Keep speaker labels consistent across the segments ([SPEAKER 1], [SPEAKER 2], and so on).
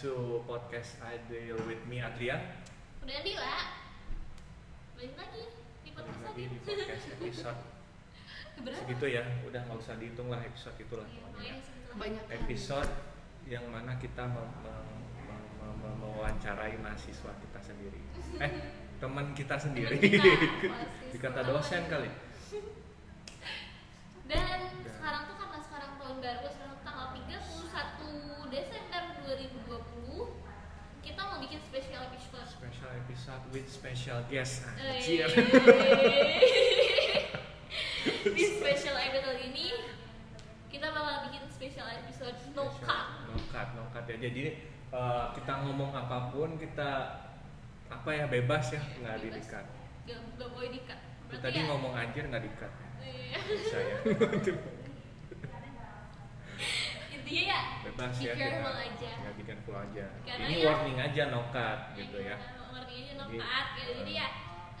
[SPEAKER 1] to podcast Ideal with me Adrian.
[SPEAKER 2] Udah Dila. Balik lagi di podcast
[SPEAKER 1] Kembali
[SPEAKER 2] lagi.
[SPEAKER 1] lagi di podcast episode
[SPEAKER 2] Keberapa?
[SPEAKER 1] segitu ya. Udah nggak usah dihitung lah episode itulah
[SPEAKER 2] Iya,
[SPEAKER 1] pokoknya.
[SPEAKER 2] pokoknya segitulah.
[SPEAKER 3] banyak
[SPEAKER 1] Episode yang mana kita mem- mem- mem- mem- mem- mewawancarai mahasiswa kita sendiri. Eh, teman kita sendiri.
[SPEAKER 2] Teman kita, mahasiswa.
[SPEAKER 1] Dikata dosen kali.
[SPEAKER 2] Dan
[SPEAKER 1] Dan-
[SPEAKER 2] sekarang tuh karena sekarang tahun baru sekarang tanggal 31 Desember 2020 kita mau bikin special episode.
[SPEAKER 1] Special episode with special guest. Ah,
[SPEAKER 2] Eh.
[SPEAKER 1] Anjir.
[SPEAKER 2] di special episode ini kita bakal bikin special episode no cut.
[SPEAKER 1] no cut no cut ya jadi eh, kita ngomong apapun kita apa ya bebas ya nggak di
[SPEAKER 2] Bebas.
[SPEAKER 1] di cut
[SPEAKER 2] Gak, gak boleh di cut.
[SPEAKER 1] Lu
[SPEAKER 2] Berarti
[SPEAKER 1] tadi
[SPEAKER 2] ya,
[SPEAKER 1] ngomong anjir nggak di cut
[SPEAKER 2] Iya.
[SPEAKER 1] bisa ya
[SPEAKER 2] intinya ya
[SPEAKER 1] bebas
[SPEAKER 2] Di
[SPEAKER 1] ya
[SPEAKER 2] cut
[SPEAKER 1] kita
[SPEAKER 2] lo aja.
[SPEAKER 1] ya bikin flow aja
[SPEAKER 2] Karena
[SPEAKER 1] ini
[SPEAKER 2] ya-
[SPEAKER 1] warning aja no cut gitu
[SPEAKER 2] Iya,
[SPEAKER 1] ya
[SPEAKER 2] Ngertinya
[SPEAKER 1] Jadi,
[SPEAKER 2] nempat gitu. Jadi ya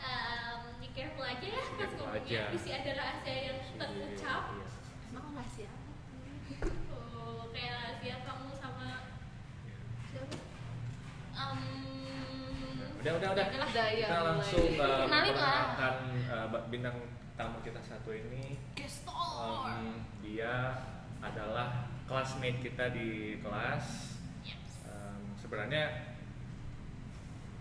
[SPEAKER 1] eh,
[SPEAKER 2] em, be careful aja ya
[SPEAKER 1] be
[SPEAKER 2] pas
[SPEAKER 1] careful
[SPEAKER 2] ngomongnya
[SPEAKER 1] aja.
[SPEAKER 2] bisa ada rahasia yang terucap.
[SPEAKER 1] Iya.
[SPEAKER 3] emang rahasia
[SPEAKER 2] Oh, kayak rahasia kamu sama
[SPEAKER 3] siapa
[SPEAKER 2] em Hmm.
[SPEAKER 1] udah udah udah
[SPEAKER 2] Yalah.
[SPEAKER 3] Udah, ya,
[SPEAKER 1] kita
[SPEAKER 3] mulai.
[SPEAKER 1] langsung eh,
[SPEAKER 2] iya, Kenalin lah.
[SPEAKER 1] memperkenalkan eh, bintang tamu kita satu ini
[SPEAKER 2] gestor.
[SPEAKER 1] Em, Um, dia adalah classmate kita di kelas
[SPEAKER 2] Yes.
[SPEAKER 1] Em, sebenarnya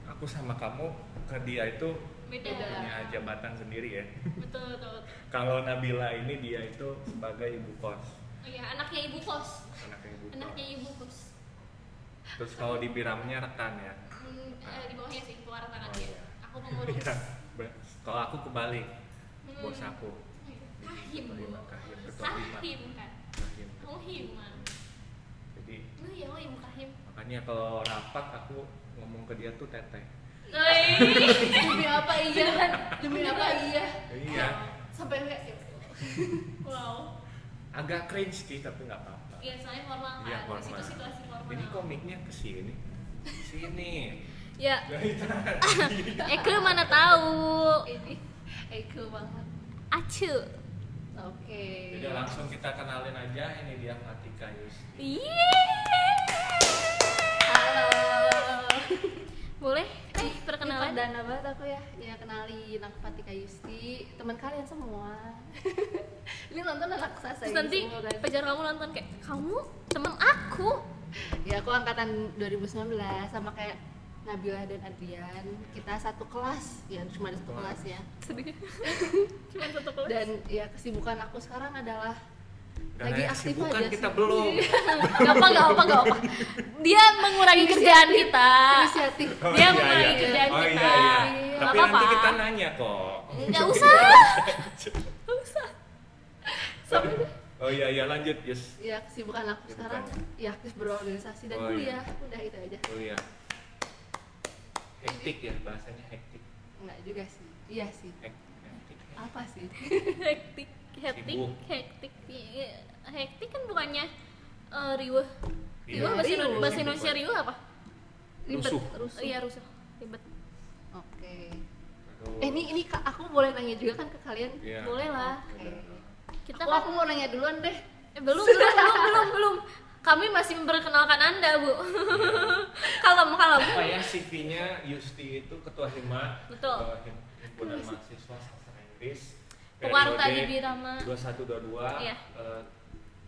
[SPEAKER 1] aku sama kamu ke dia itu
[SPEAKER 2] Beda.
[SPEAKER 3] Beda.
[SPEAKER 1] punya jabatan sendiri ya
[SPEAKER 2] Betul, betul, betul.
[SPEAKER 1] kalau Nabila ini dia itu sebagai ibu kos
[SPEAKER 2] Oh iya, anaknya ibu kos.
[SPEAKER 1] anaknya ibu
[SPEAKER 2] Anaknya
[SPEAKER 1] kos
[SPEAKER 2] ibu kos.
[SPEAKER 1] terus kalau di Biramnya rekan ya
[SPEAKER 2] Hmm, eh, di bawahnya sih, keluar tangan
[SPEAKER 1] Oh,
[SPEAKER 2] dia.
[SPEAKER 1] iya.
[SPEAKER 2] Aku pengurus.
[SPEAKER 1] Iya. Ber- kalau aku kebalik bos
[SPEAKER 2] Hmm.
[SPEAKER 1] aku
[SPEAKER 2] Kahim.
[SPEAKER 1] Ketua Hima, Kahim, Ketua Hima.
[SPEAKER 2] Kahim kan.
[SPEAKER 1] Rahim.
[SPEAKER 2] Kamu Himan.
[SPEAKER 1] jadi
[SPEAKER 2] Lu ya, lo ibu Kahim.
[SPEAKER 1] makanya kalau rapat aku ngomong ke dia tuh teteh
[SPEAKER 2] Oi.
[SPEAKER 3] demi apa iya kan demi apa iya
[SPEAKER 1] iya
[SPEAKER 3] sampai kayak ya
[SPEAKER 2] Wow.
[SPEAKER 1] agak cringe sih tapi nggak apa-apa
[SPEAKER 2] Iya, soalnya formal kan.
[SPEAKER 1] Iya,
[SPEAKER 2] Terus
[SPEAKER 1] formal.
[SPEAKER 2] Itu situasi formal.
[SPEAKER 1] ini komiknya ke sini sini
[SPEAKER 2] Ya,
[SPEAKER 1] Jahitan.
[SPEAKER 2] Eke mana tahu.
[SPEAKER 3] Allah. ini Eko banget
[SPEAKER 2] Acu.
[SPEAKER 3] oke
[SPEAKER 2] Iya.
[SPEAKER 1] Jadi langsung kita kenalin aja ini dia Fatika Yusti.
[SPEAKER 2] Iya.
[SPEAKER 3] halo
[SPEAKER 2] Boleh? Eh,
[SPEAKER 3] Ini
[SPEAKER 2] perkenalan.
[SPEAKER 3] perdana banget aku ya ya kenalin aku Fatika Yusti teman kalian semua ini nonton anak
[SPEAKER 2] Terus
[SPEAKER 3] sasa ini
[SPEAKER 2] nanti
[SPEAKER 3] semua kan.
[SPEAKER 2] pacar kamu nonton kayak kamu temen aku.
[SPEAKER 3] ya aku angkatan 2019 sama kayak Nabila dan Adrian kita satu kelas ya cuma ada satu
[SPEAKER 1] Kelas.
[SPEAKER 3] kelas ya
[SPEAKER 2] Sedih. Cuma satu kelas.
[SPEAKER 3] dan ya kesibukan aku sekarang adalah
[SPEAKER 1] Dan
[SPEAKER 3] lagi
[SPEAKER 1] yang
[SPEAKER 3] aktif
[SPEAKER 1] kesibukan
[SPEAKER 3] aja
[SPEAKER 1] kita
[SPEAKER 3] sih.
[SPEAKER 1] belum.
[SPEAKER 2] Iya. Gak apa, gak apa, gak apa. Dia mengurangi kerjaan kita.
[SPEAKER 3] inisiatif
[SPEAKER 2] Dia mengurangi kerjaan
[SPEAKER 1] oh,
[SPEAKER 2] kita.
[SPEAKER 1] Iya, iya.
[SPEAKER 2] Nggak
[SPEAKER 1] Tapi
[SPEAKER 2] apa-apa.
[SPEAKER 1] nanti kita nanya kok.
[SPEAKER 2] Gak usah.
[SPEAKER 1] Oh iya iya lanjut Yus.
[SPEAKER 3] ya kesibukan aku
[SPEAKER 1] Kesibukan.
[SPEAKER 3] sekarang ya aktif berorganisasi dan
[SPEAKER 1] Oh, iya.
[SPEAKER 3] kuliah udah itu aja
[SPEAKER 1] Oh iya. Hektik ya bahasanya hektik.
[SPEAKER 3] enggak juga sih iya sih
[SPEAKER 1] Hek, hektik.
[SPEAKER 3] apa sih
[SPEAKER 2] hektik hektik
[SPEAKER 1] Sibuk.
[SPEAKER 2] hektik hektik kan bukannya eh, riuh
[SPEAKER 1] Iya.
[SPEAKER 2] riuh bahasa, Indo-
[SPEAKER 3] Riuh.
[SPEAKER 2] bahasa Indonesia riuh apa
[SPEAKER 3] ribet
[SPEAKER 1] Rusuh.
[SPEAKER 3] rusuh
[SPEAKER 2] Oh, iya rusuh ribet
[SPEAKER 3] oke
[SPEAKER 1] Aduh.
[SPEAKER 3] eh ini ini Kak, aku boleh nanya juga kan ke kalian
[SPEAKER 1] Iya.
[SPEAKER 2] boleh lah
[SPEAKER 3] Oke.
[SPEAKER 2] kita
[SPEAKER 3] aku,
[SPEAKER 2] kan
[SPEAKER 3] aku mau nanya duluan deh
[SPEAKER 2] eh, belum belum belum belum belum kami masih memperkenalkan anda bu kalem kalem
[SPEAKER 1] Apa ya CV-nya Yusti itu ketua hima
[SPEAKER 2] Betul.
[SPEAKER 1] eh, Him- himpunan mahasiswa sastra Inggris.
[SPEAKER 2] Pewarta
[SPEAKER 1] periode
[SPEAKER 2] di Birama.
[SPEAKER 1] 2122.
[SPEAKER 2] Iya.
[SPEAKER 1] eh,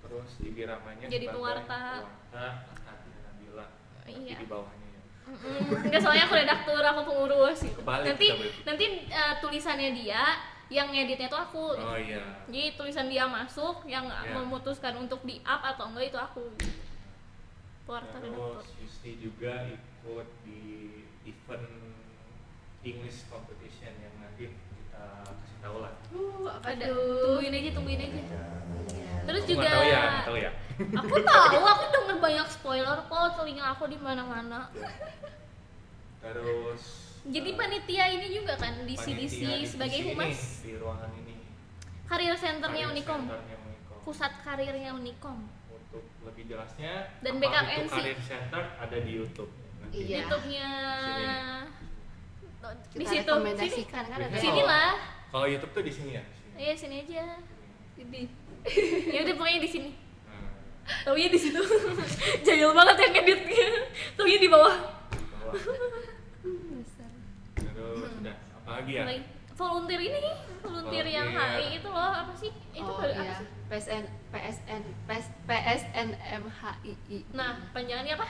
[SPEAKER 1] terus di Biramanya
[SPEAKER 2] Jadi
[SPEAKER 1] sebagai
[SPEAKER 2] pewarta.
[SPEAKER 1] Pewarta Kakaknya Nabila. Tapi
[SPEAKER 2] Iya.
[SPEAKER 1] Di bawahnya ya.
[SPEAKER 2] Mm-mm. Enggak soalnya aku redaktur, aku pengurus gitu.
[SPEAKER 1] Kebalik,
[SPEAKER 2] nanti
[SPEAKER 1] kebalik.
[SPEAKER 2] nanti eh, tulisannya dia, yang ngeditnya tuh aku. gitu.
[SPEAKER 1] Oh iya.
[SPEAKER 2] Jadi tulisan dia masuk, yang
[SPEAKER 1] Iya.
[SPEAKER 2] memutuskan untuk di up atau enggak itu aku. gitu. Pewarta redaktur.
[SPEAKER 1] Terus Yusti juga ikut di event English competition yang nanti kita kasih tahu lah.
[SPEAKER 3] uh, apa
[SPEAKER 2] Ada.
[SPEAKER 3] tuh
[SPEAKER 2] Tungguin aja, tungguin aja.
[SPEAKER 3] Iya.
[SPEAKER 2] Terus
[SPEAKER 1] Kamu
[SPEAKER 2] juga
[SPEAKER 1] nggak tahu ya, nggak tahu ya.
[SPEAKER 2] aku tahu, aku denger banyak spoiler kok telinga aku di mana-mana.
[SPEAKER 1] Terus
[SPEAKER 2] Jadi
[SPEAKER 1] eh,
[SPEAKER 2] panitia ini juga kan di
[SPEAKER 1] panitia
[SPEAKER 2] CDC
[SPEAKER 1] di
[SPEAKER 2] sebagai
[SPEAKER 1] sini,
[SPEAKER 2] humas
[SPEAKER 1] di ruangan ini.
[SPEAKER 2] karir centernya
[SPEAKER 1] Karir
[SPEAKER 2] Unicom,
[SPEAKER 1] Centernya Unicom.
[SPEAKER 2] pusat karirnya Unicom.
[SPEAKER 1] Untuk lebih jelasnya
[SPEAKER 2] Dan
[SPEAKER 1] apa
[SPEAKER 2] BKKN
[SPEAKER 1] itu
[SPEAKER 2] sih.
[SPEAKER 1] Karir Center ada di YouTube. Nanti
[SPEAKER 3] Iya.
[SPEAKER 2] YouTube-nya di situ.
[SPEAKER 3] kita
[SPEAKER 2] Sini.
[SPEAKER 3] rekomendasikan kan ada
[SPEAKER 1] Sini.
[SPEAKER 2] Sini lah.
[SPEAKER 1] Kalau YouTube tuh di sini ya. Di sini.
[SPEAKER 2] Iya, sini aja.
[SPEAKER 3] Jadi,
[SPEAKER 2] ya udah pokoknya di sini
[SPEAKER 1] Nah,
[SPEAKER 2] taunya di situ jahil banget yang editnya Tuhnya di bawah.
[SPEAKER 1] di bawah.
[SPEAKER 3] Dasar.
[SPEAKER 1] terus udah apa lagi ya
[SPEAKER 2] Hmm. Lagi- Volunteer ini, volunteer yang
[SPEAKER 1] Volunteer.
[SPEAKER 2] HI itu loh apa sih? Eh, Itu
[SPEAKER 3] oh
[SPEAKER 2] pada- apa
[SPEAKER 3] iya
[SPEAKER 2] sih?
[SPEAKER 3] PSN PSN PS, PSNMHII
[SPEAKER 2] Nah, panjangannya apa?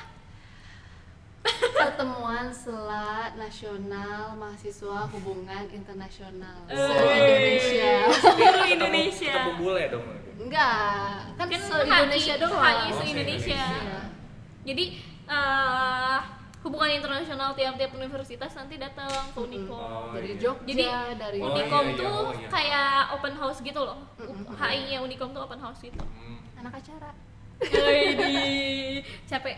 [SPEAKER 3] pertemuan sela nasional mahasiswa hubungan internasional
[SPEAKER 2] Eh,
[SPEAKER 3] se Indonesia
[SPEAKER 2] Biru
[SPEAKER 1] Ketemu-
[SPEAKER 2] Indonesia.
[SPEAKER 1] ketemu bule dong lagi.
[SPEAKER 3] enggak
[SPEAKER 2] Kan
[SPEAKER 3] kan, se Indonesia
[SPEAKER 2] HI
[SPEAKER 3] doang
[SPEAKER 2] se- Indonesia.
[SPEAKER 3] Iya.
[SPEAKER 2] Jadi eh, hubungan internasional tiap-tiap universitas nanti datang ke
[SPEAKER 3] Mm-mm.
[SPEAKER 2] Unikom.
[SPEAKER 1] Oh,
[SPEAKER 3] dari
[SPEAKER 1] iya.
[SPEAKER 3] Jogja
[SPEAKER 2] Jadi,
[SPEAKER 3] dari
[SPEAKER 1] Oh, iya,
[SPEAKER 2] Unikom
[SPEAKER 1] iya,
[SPEAKER 2] tuh
[SPEAKER 1] oh, iya.
[SPEAKER 2] kayak open house gitu loh.
[SPEAKER 3] Mm-mm.
[SPEAKER 2] HI-nya Unikom tuh open house gitu.
[SPEAKER 1] Hmm,
[SPEAKER 3] anak acara
[SPEAKER 2] Jadi capek.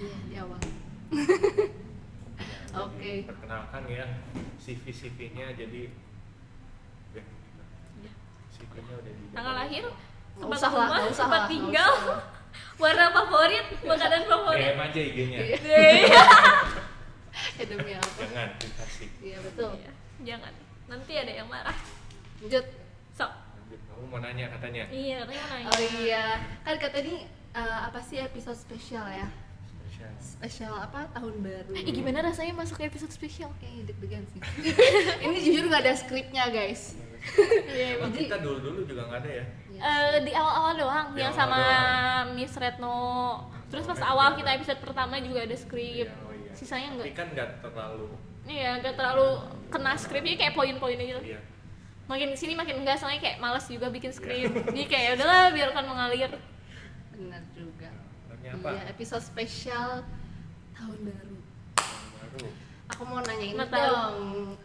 [SPEAKER 3] Iya, di awal
[SPEAKER 1] ya,
[SPEAKER 3] Oke.
[SPEAKER 1] jadi perkenalkan ya CV CV nya jadi Ya,
[SPEAKER 2] Ya.
[SPEAKER 1] CV nya udah di
[SPEAKER 2] Tanggal lahir,
[SPEAKER 3] Nggak
[SPEAKER 2] tempat
[SPEAKER 3] usah
[SPEAKER 2] rumah,
[SPEAKER 3] lah, nggak usah
[SPEAKER 2] tempat
[SPEAKER 3] lah, nggak
[SPEAKER 2] tinggal,
[SPEAKER 3] usah.
[SPEAKER 2] warna favorit, makanan favorit.
[SPEAKER 1] DM aja IG nya
[SPEAKER 3] Iya.
[SPEAKER 2] Deh.
[SPEAKER 3] ya demi apa
[SPEAKER 1] jangan dikasih
[SPEAKER 3] iya betul
[SPEAKER 2] Iya, Jangan. Nanti ada yang marah.
[SPEAKER 3] lanjut
[SPEAKER 2] Sok.
[SPEAKER 1] lanjut kamu mau nanya katanya
[SPEAKER 2] Iya, katanya nanya.
[SPEAKER 3] oh iya kan kata ini eh, apa sih episode spesial ya
[SPEAKER 1] Spesial.
[SPEAKER 3] spesial apa tahun baru
[SPEAKER 2] Eh, gimana rasanya masuk ke episode spesial?
[SPEAKER 3] Kayaknya deg-degan sih ini jujur nggak ada skripnya guys
[SPEAKER 2] Iya,
[SPEAKER 1] Emang
[SPEAKER 3] Jadi-
[SPEAKER 1] kita dulu dulu juga nggak ada ya
[SPEAKER 3] Iya,
[SPEAKER 2] Eh, di awal-awal doang
[SPEAKER 1] Di
[SPEAKER 2] yang
[SPEAKER 1] awal
[SPEAKER 2] sama
[SPEAKER 1] doang.
[SPEAKER 2] Miss Retno. Terus pas
[SPEAKER 1] Retno.
[SPEAKER 2] awal kita episode pertama juga ada skrip.
[SPEAKER 1] Iya, oh iya.
[SPEAKER 2] Sisanya
[SPEAKER 1] tapi
[SPEAKER 2] enggak.
[SPEAKER 1] kan nggak terlalu
[SPEAKER 2] Iya, enggak terlalu kena skripnya kayak poin-poinnya gitu.
[SPEAKER 1] iya
[SPEAKER 2] Makin sini makin enggak soalnya kayak males juga bikin skrip. Jadi kayak "Ya udahlah biarkan mengalir.
[SPEAKER 3] benar juga
[SPEAKER 1] Tanya apa
[SPEAKER 3] iya episode spesial tahun baru
[SPEAKER 1] Yang baru
[SPEAKER 3] aku mau nanyain
[SPEAKER 2] Nggak tahu.
[SPEAKER 3] dong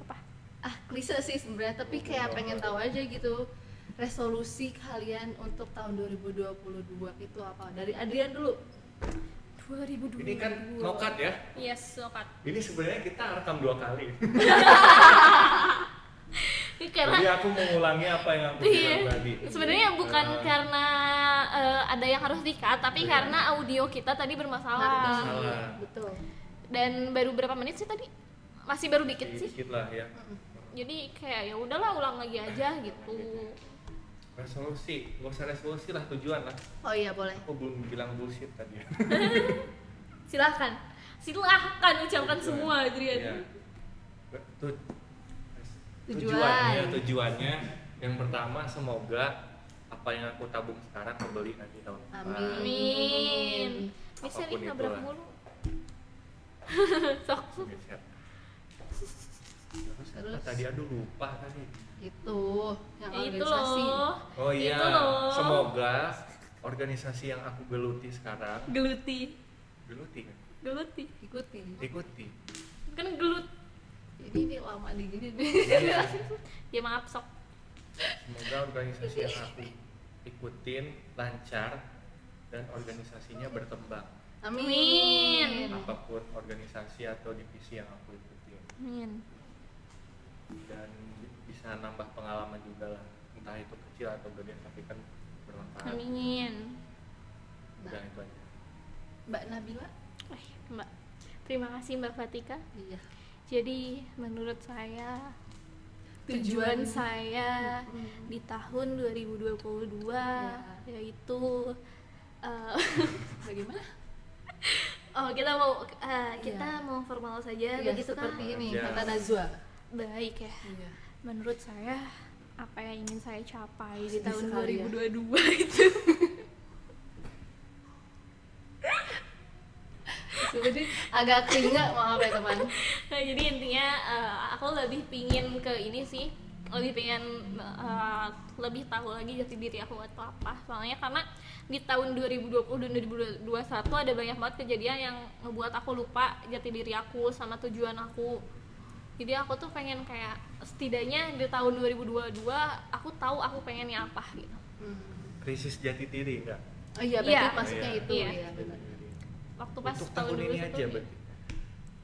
[SPEAKER 2] Apa?
[SPEAKER 3] ah klise sih sebenarnya tapi kayak pengen tahu aja gitu resolusi kalian untuk tahun 2022 itu apa dari Adrian dulu
[SPEAKER 2] 2022.
[SPEAKER 1] ini kan nokat ya
[SPEAKER 2] Yes, sokat.
[SPEAKER 1] ini sebenarnya kita rekam dua kali
[SPEAKER 2] Ini karena
[SPEAKER 1] jadi aku mengulangi apa yang aku
[SPEAKER 2] Iya.
[SPEAKER 1] bilang tadi
[SPEAKER 2] Sebenarnya bukan
[SPEAKER 1] Eh,
[SPEAKER 2] karena eh, ada yang harus di-cut, tapi
[SPEAKER 1] Iya.
[SPEAKER 2] karena audio kita tadi bermasalah.
[SPEAKER 1] Bermasalah.
[SPEAKER 3] betul
[SPEAKER 2] Dan baru berapa menit sih tadi? Masih baru dikit sih.
[SPEAKER 1] dikit lah ya
[SPEAKER 2] Jadi kayak ya udahlah ulang lagi aja gitu.
[SPEAKER 1] Iya. resolusi gak usah resolusi lah tujuan lah
[SPEAKER 3] oh iya boleh
[SPEAKER 1] aku belum bilang bullshit tadi
[SPEAKER 2] Silahkan. Silahkan ucapkan
[SPEAKER 1] Tujuan.
[SPEAKER 2] semua
[SPEAKER 1] Iya.
[SPEAKER 2] Adrian.
[SPEAKER 1] Ber- tu-
[SPEAKER 3] Tujuan.
[SPEAKER 1] tujuannya Iya, tujuannya yang pertama semoga apa yang aku tabung sekarang kebeli nanti tahun depan.
[SPEAKER 3] Amin.
[SPEAKER 2] Amin. Bisa
[SPEAKER 1] Hmm. Apapun
[SPEAKER 2] nih nabrak
[SPEAKER 1] itulah.
[SPEAKER 2] mulu. Sok.
[SPEAKER 1] Bullshit. Terus,
[SPEAKER 3] Terus.
[SPEAKER 1] apa tadi aduh lupa tadi.
[SPEAKER 3] itu Gitu, yang
[SPEAKER 2] Ya, itu
[SPEAKER 3] organisasi
[SPEAKER 2] loh.
[SPEAKER 1] Oh iya,
[SPEAKER 2] Itu loh.
[SPEAKER 1] semoga organisasi yang aku geluti sekarang
[SPEAKER 2] Geluti.
[SPEAKER 1] geluti kan?
[SPEAKER 2] Geluti.
[SPEAKER 3] ikuti
[SPEAKER 1] Ikuti.
[SPEAKER 2] Kan gelut.
[SPEAKER 3] ini ini lama nih gini nih
[SPEAKER 1] Iya.
[SPEAKER 2] Ya maaf sok.
[SPEAKER 1] Semoga organisasi yang aku ikutin lancar dan organisasinya berkembang.
[SPEAKER 3] amin
[SPEAKER 1] apapun organisasi atau divisi yang aku ikuti
[SPEAKER 2] Amin.
[SPEAKER 1] dan bisa nambah pengalaman juga lah entah itu kecil atau gede tapi kan bermanfaat
[SPEAKER 2] Amin.
[SPEAKER 1] udah itu aja
[SPEAKER 3] mbak Nabila
[SPEAKER 2] Eh, Mbak, terima kasih Mbak Fatika.
[SPEAKER 3] iya
[SPEAKER 2] Jadi menurut saya
[SPEAKER 3] Tujuan.
[SPEAKER 2] tujuan saya
[SPEAKER 3] Mm-mm.
[SPEAKER 2] di tahun 2022
[SPEAKER 3] Ya.
[SPEAKER 2] yaitu eh,
[SPEAKER 3] bagaimana
[SPEAKER 2] oh kita mau eh, kita
[SPEAKER 3] Iya.
[SPEAKER 2] mau formal saja
[SPEAKER 3] Iya,
[SPEAKER 2] begitu kan?
[SPEAKER 3] seperti ini
[SPEAKER 1] Aja.
[SPEAKER 3] kata Najwa
[SPEAKER 2] Baik ya.
[SPEAKER 3] iya
[SPEAKER 2] Menurut saya apa yang ingin saya capai di
[SPEAKER 3] Sedih
[SPEAKER 2] tahun
[SPEAKER 3] sekali ya.
[SPEAKER 2] 2022 itu
[SPEAKER 3] sebenarnya agak keringat maaf ya teman
[SPEAKER 2] Nah, jadi intinya eh, aku lebih pingin ke ini sih lebih pengen eh, lebih tahu lagi jati diri aku atau apa soalnya karena di tahun 2020 dan 2021 ada banyak banget kejadian yang ngebuat aku lupa jati diri aku sama tujuan aku jadi aku tuh pengen kayak setidaknya di tahun 2022 aku tahu aku pengennya apa gitu
[SPEAKER 3] Hmm.
[SPEAKER 1] krisis jati diri enggak
[SPEAKER 3] Oh iya,
[SPEAKER 2] Iya.
[SPEAKER 3] berarti maksudnya
[SPEAKER 1] Iya.
[SPEAKER 3] itu
[SPEAKER 2] Iya.
[SPEAKER 3] ya, benar.
[SPEAKER 2] waktu pas
[SPEAKER 1] untuk tahun
[SPEAKER 2] dulu
[SPEAKER 1] ini
[SPEAKER 2] itu
[SPEAKER 1] aja
[SPEAKER 2] tuh,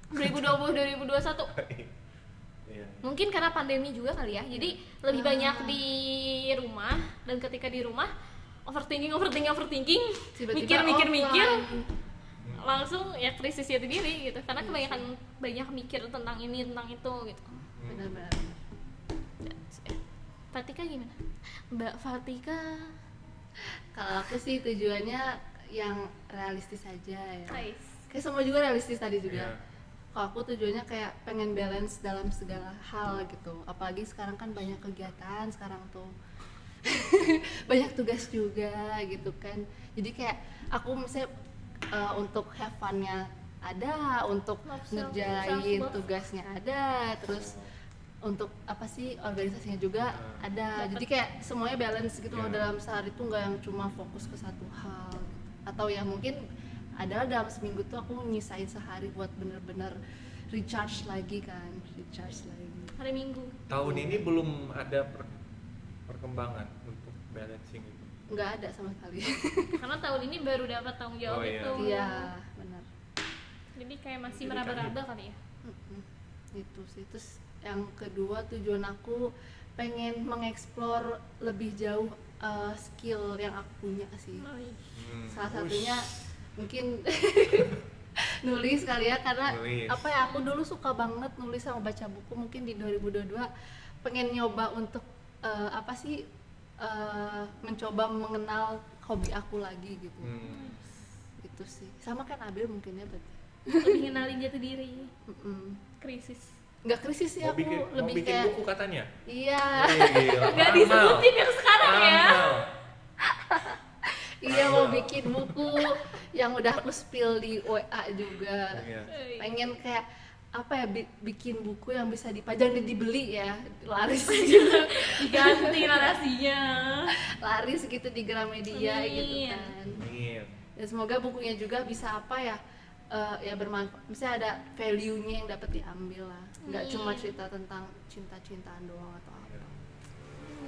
[SPEAKER 1] berarti
[SPEAKER 2] 2020 2021
[SPEAKER 1] iya
[SPEAKER 2] mungkin karena pandemi juga kali ya jadi lebih
[SPEAKER 3] Ah.
[SPEAKER 2] banyak di rumah dan ketika di rumah overthinking overthinking overthinking mikir
[SPEAKER 3] Tiba-tiba
[SPEAKER 2] mikir mikir
[SPEAKER 3] offline.
[SPEAKER 2] langsung ya krisis jati diri gitu karena kebanyakan banyak mikir tentang ini tentang itu gitu
[SPEAKER 1] Hmm.
[SPEAKER 3] Benar-benar.
[SPEAKER 2] Fatika gimana Mbak Fatika
[SPEAKER 3] Kalau aku sih tujuannya yang realistis aja ya.
[SPEAKER 2] guys
[SPEAKER 3] kayak semua juga realistis tadi juga
[SPEAKER 1] Iya.
[SPEAKER 3] kalau aku tujuannya kayak pengen balance dalam segala hal gitu apalagi sekarang kan banyak kegiatan sekarang tuh banyak tugas juga gitu kan jadi kayak aku misalnya eh, untuk have fun-nya ada untuk
[SPEAKER 2] Love self-
[SPEAKER 3] ngerjain
[SPEAKER 2] self-love.
[SPEAKER 3] tugasnya ada terus untuk apa sih organisasinya juga
[SPEAKER 1] Hmm.
[SPEAKER 3] ada
[SPEAKER 2] Dapat.
[SPEAKER 3] jadi kayak semuanya balance gitu loh
[SPEAKER 1] Iya.
[SPEAKER 3] dalam sehari tuh nggak yang cuma fokus ke satu hal gitu. atau ya mungkin adalah dalam seminggu tuh aku nyisain sehari buat bener-bener recharge lagi kan recharge lagi
[SPEAKER 2] hari minggu
[SPEAKER 1] tahun ini belum ada per- perkembangan untuk balancing itu
[SPEAKER 3] nggak ada sama sekali
[SPEAKER 2] karena tahun ini baru dapat tanggung jawab
[SPEAKER 1] Oh, iya.
[SPEAKER 2] itu
[SPEAKER 3] iya benar
[SPEAKER 2] jadi kayak masih
[SPEAKER 1] Jadi
[SPEAKER 2] meraba-raba kali ya
[SPEAKER 3] Mm-mm. itu sih terus yang kedua tujuan aku pengen mengeksplor lebih jauh eh, skill yang aku punya sih
[SPEAKER 2] Oi.
[SPEAKER 1] Hmm.
[SPEAKER 3] salah
[SPEAKER 1] Ush.
[SPEAKER 3] satunya mungkin nulis kali ya karena
[SPEAKER 1] Nulis.
[SPEAKER 3] apa ya aku dulu suka banget nulis sama baca buku mungkin di 2022 pengen nyoba untuk eh, apa sih eh, mencoba mengenal hobi aku lagi gitu
[SPEAKER 1] Hmm.
[SPEAKER 3] gitu sih sama kan Abil mungkin ya berarti
[SPEAKER 2] lebih ngenalin jati diri
[SPEAKER 3] Mm-mm.
[SPEAKER 2] krisis
[SPEAKER 3] nggak krisis sih
[SPEAKER 1] mau
[SPEAKER 3] aku
[SPEAKER 1] bikin, mau
[SPEAKER 3] lebih
[SPEAKER 1] bikin
[SPEAKER 3] kayak
[SPEAKER 1] buku katanya
[SPEAKER 3] iya
[SPEAKER 2] nggak disebutin yang sekarang ya
[SPEAKER 3] iya mau bikin buku yang udah aku spill di WA juga
[SPEAKER 1] Iya.
[SPEAKER 2] Oi.
[SPEAKER 3] pengen kayak apa ya bi- bikin buku yang bisa dipajang dan dibeli ya laris gitu
[SPEAKER 2] diganti narasinya
[SPEAKER 3] laris gitu di Gramedia
[SPEAKER 2] Amin.
[SPEAKER 3] gitu kan
[SPEAKER 1] Amin.
[SPEAKER 3] dan semoga bukunya juga bisa apa ya eh, ya bermanfaat misalnya ada value-nya yang dapat diambil lah nggak
[SPEAKER 2] Amin.
[SPEAKER 3] cuma cerita tentang cinta-cintaan doang atau apa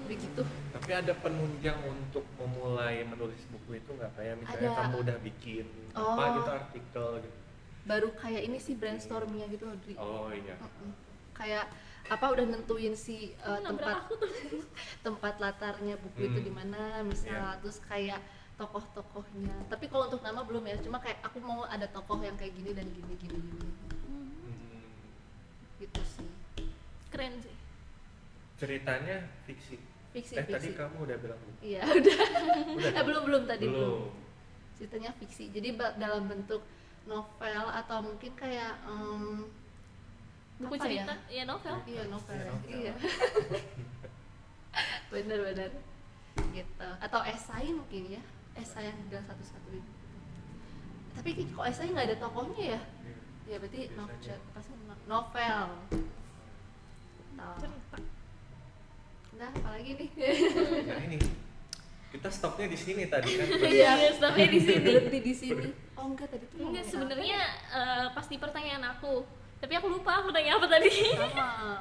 [SPEAKER 3] begitu
[SPEAKER 1] Tapi ada penunjang untuk memulai menulis buku itu nggak kayak misalnya
[SPEAKER 3] Ada.
[SPEAKER 1] kamu udah bikin
[SPEAKER 3] Oh.
[SPEAKER 1] apa gitu artikel gitu.
[SPEAKER 3] baru kayak ini sih brainstormingnya gitu Audrey
[SPEAKER 1] Oh iya.
[SPEAKER 3] Mm-mm. kayak apa udah nentuin si eh, tempat
[SPEAKER 2] nabrak aku tuh
[SPEAKER 3] tempat latarnya buku itu
[SPEAKER 1] Hmm.
[SPEAKER 3] di mana misalnya
[SPEAKER 1] Iya.
[SPEAKER 3] terus kayak tokoh-tokohnya tapi kalau untuk nama belum ya cuma kayak aku mau ada tokoh yang kayak gini dan gini gini gini
[SPEAKER 1] Hmm.
[SPEAKER 3] gitu sih
[SPEAKER 2] keren sih
[SPEAKER 1] Ceritanya fiksi.
[SPEAKER 3] fiksi
[SPEAKER 1] eh tadi
[SPEAKER 3] fiksi
[SPEAKER 1] kamu udah bilang buku.
[SPEAKER 3] iya udah
[SPEAKER 1] Udah.
[SPEAKER 3] Eh, belum belum tadi belum
[SPEAKER 1] Belum.
[SPEAKER 3] ceritanya fiksi jadi ba- dalam bentuk novel atau mungkin kayak em,
[SPEAKER 2] buku
[SPEAKER 3] apa
[SPEAKER 2] cerita ya, novel
[SPEAKER 3] ya? iya novel
[SPEAKER 1] Iya,
[SPEAKER 3] ya,
[SPEAKER 1] novel.
[SPEAKER 3] iya bener bener gitu atau esai mungkin ya esai yang tinggal satu satuin tapi kok esai nggak ada tokohnya ya
[SPEAKER 1] Iya.
[SPEAKER 3] ya berarti
[SPEAKER 1] Biasanya.
[SPEAKER 3] novel pasti no- novel Nah,
[SPEAKER 2] cerita
[SPEAKER 3] udah apalagi nih
[SPEAKER 1] Nah ini kita stopnya di sini tadi kan.
[SPEAKER 2] Iya, stopnya di sini.
[SPEAKER 3] berhenti di sini oh enggak tadi tuh
[SPEAKER 2] Enggak
[SPEAKER 3] ngomongin
[SPEAKER 2] sebenarnya eh, pasti pertanyaan aku. Tapi aku lupa aku tanya apa tadi.
[SPEAKER 3] apa? sama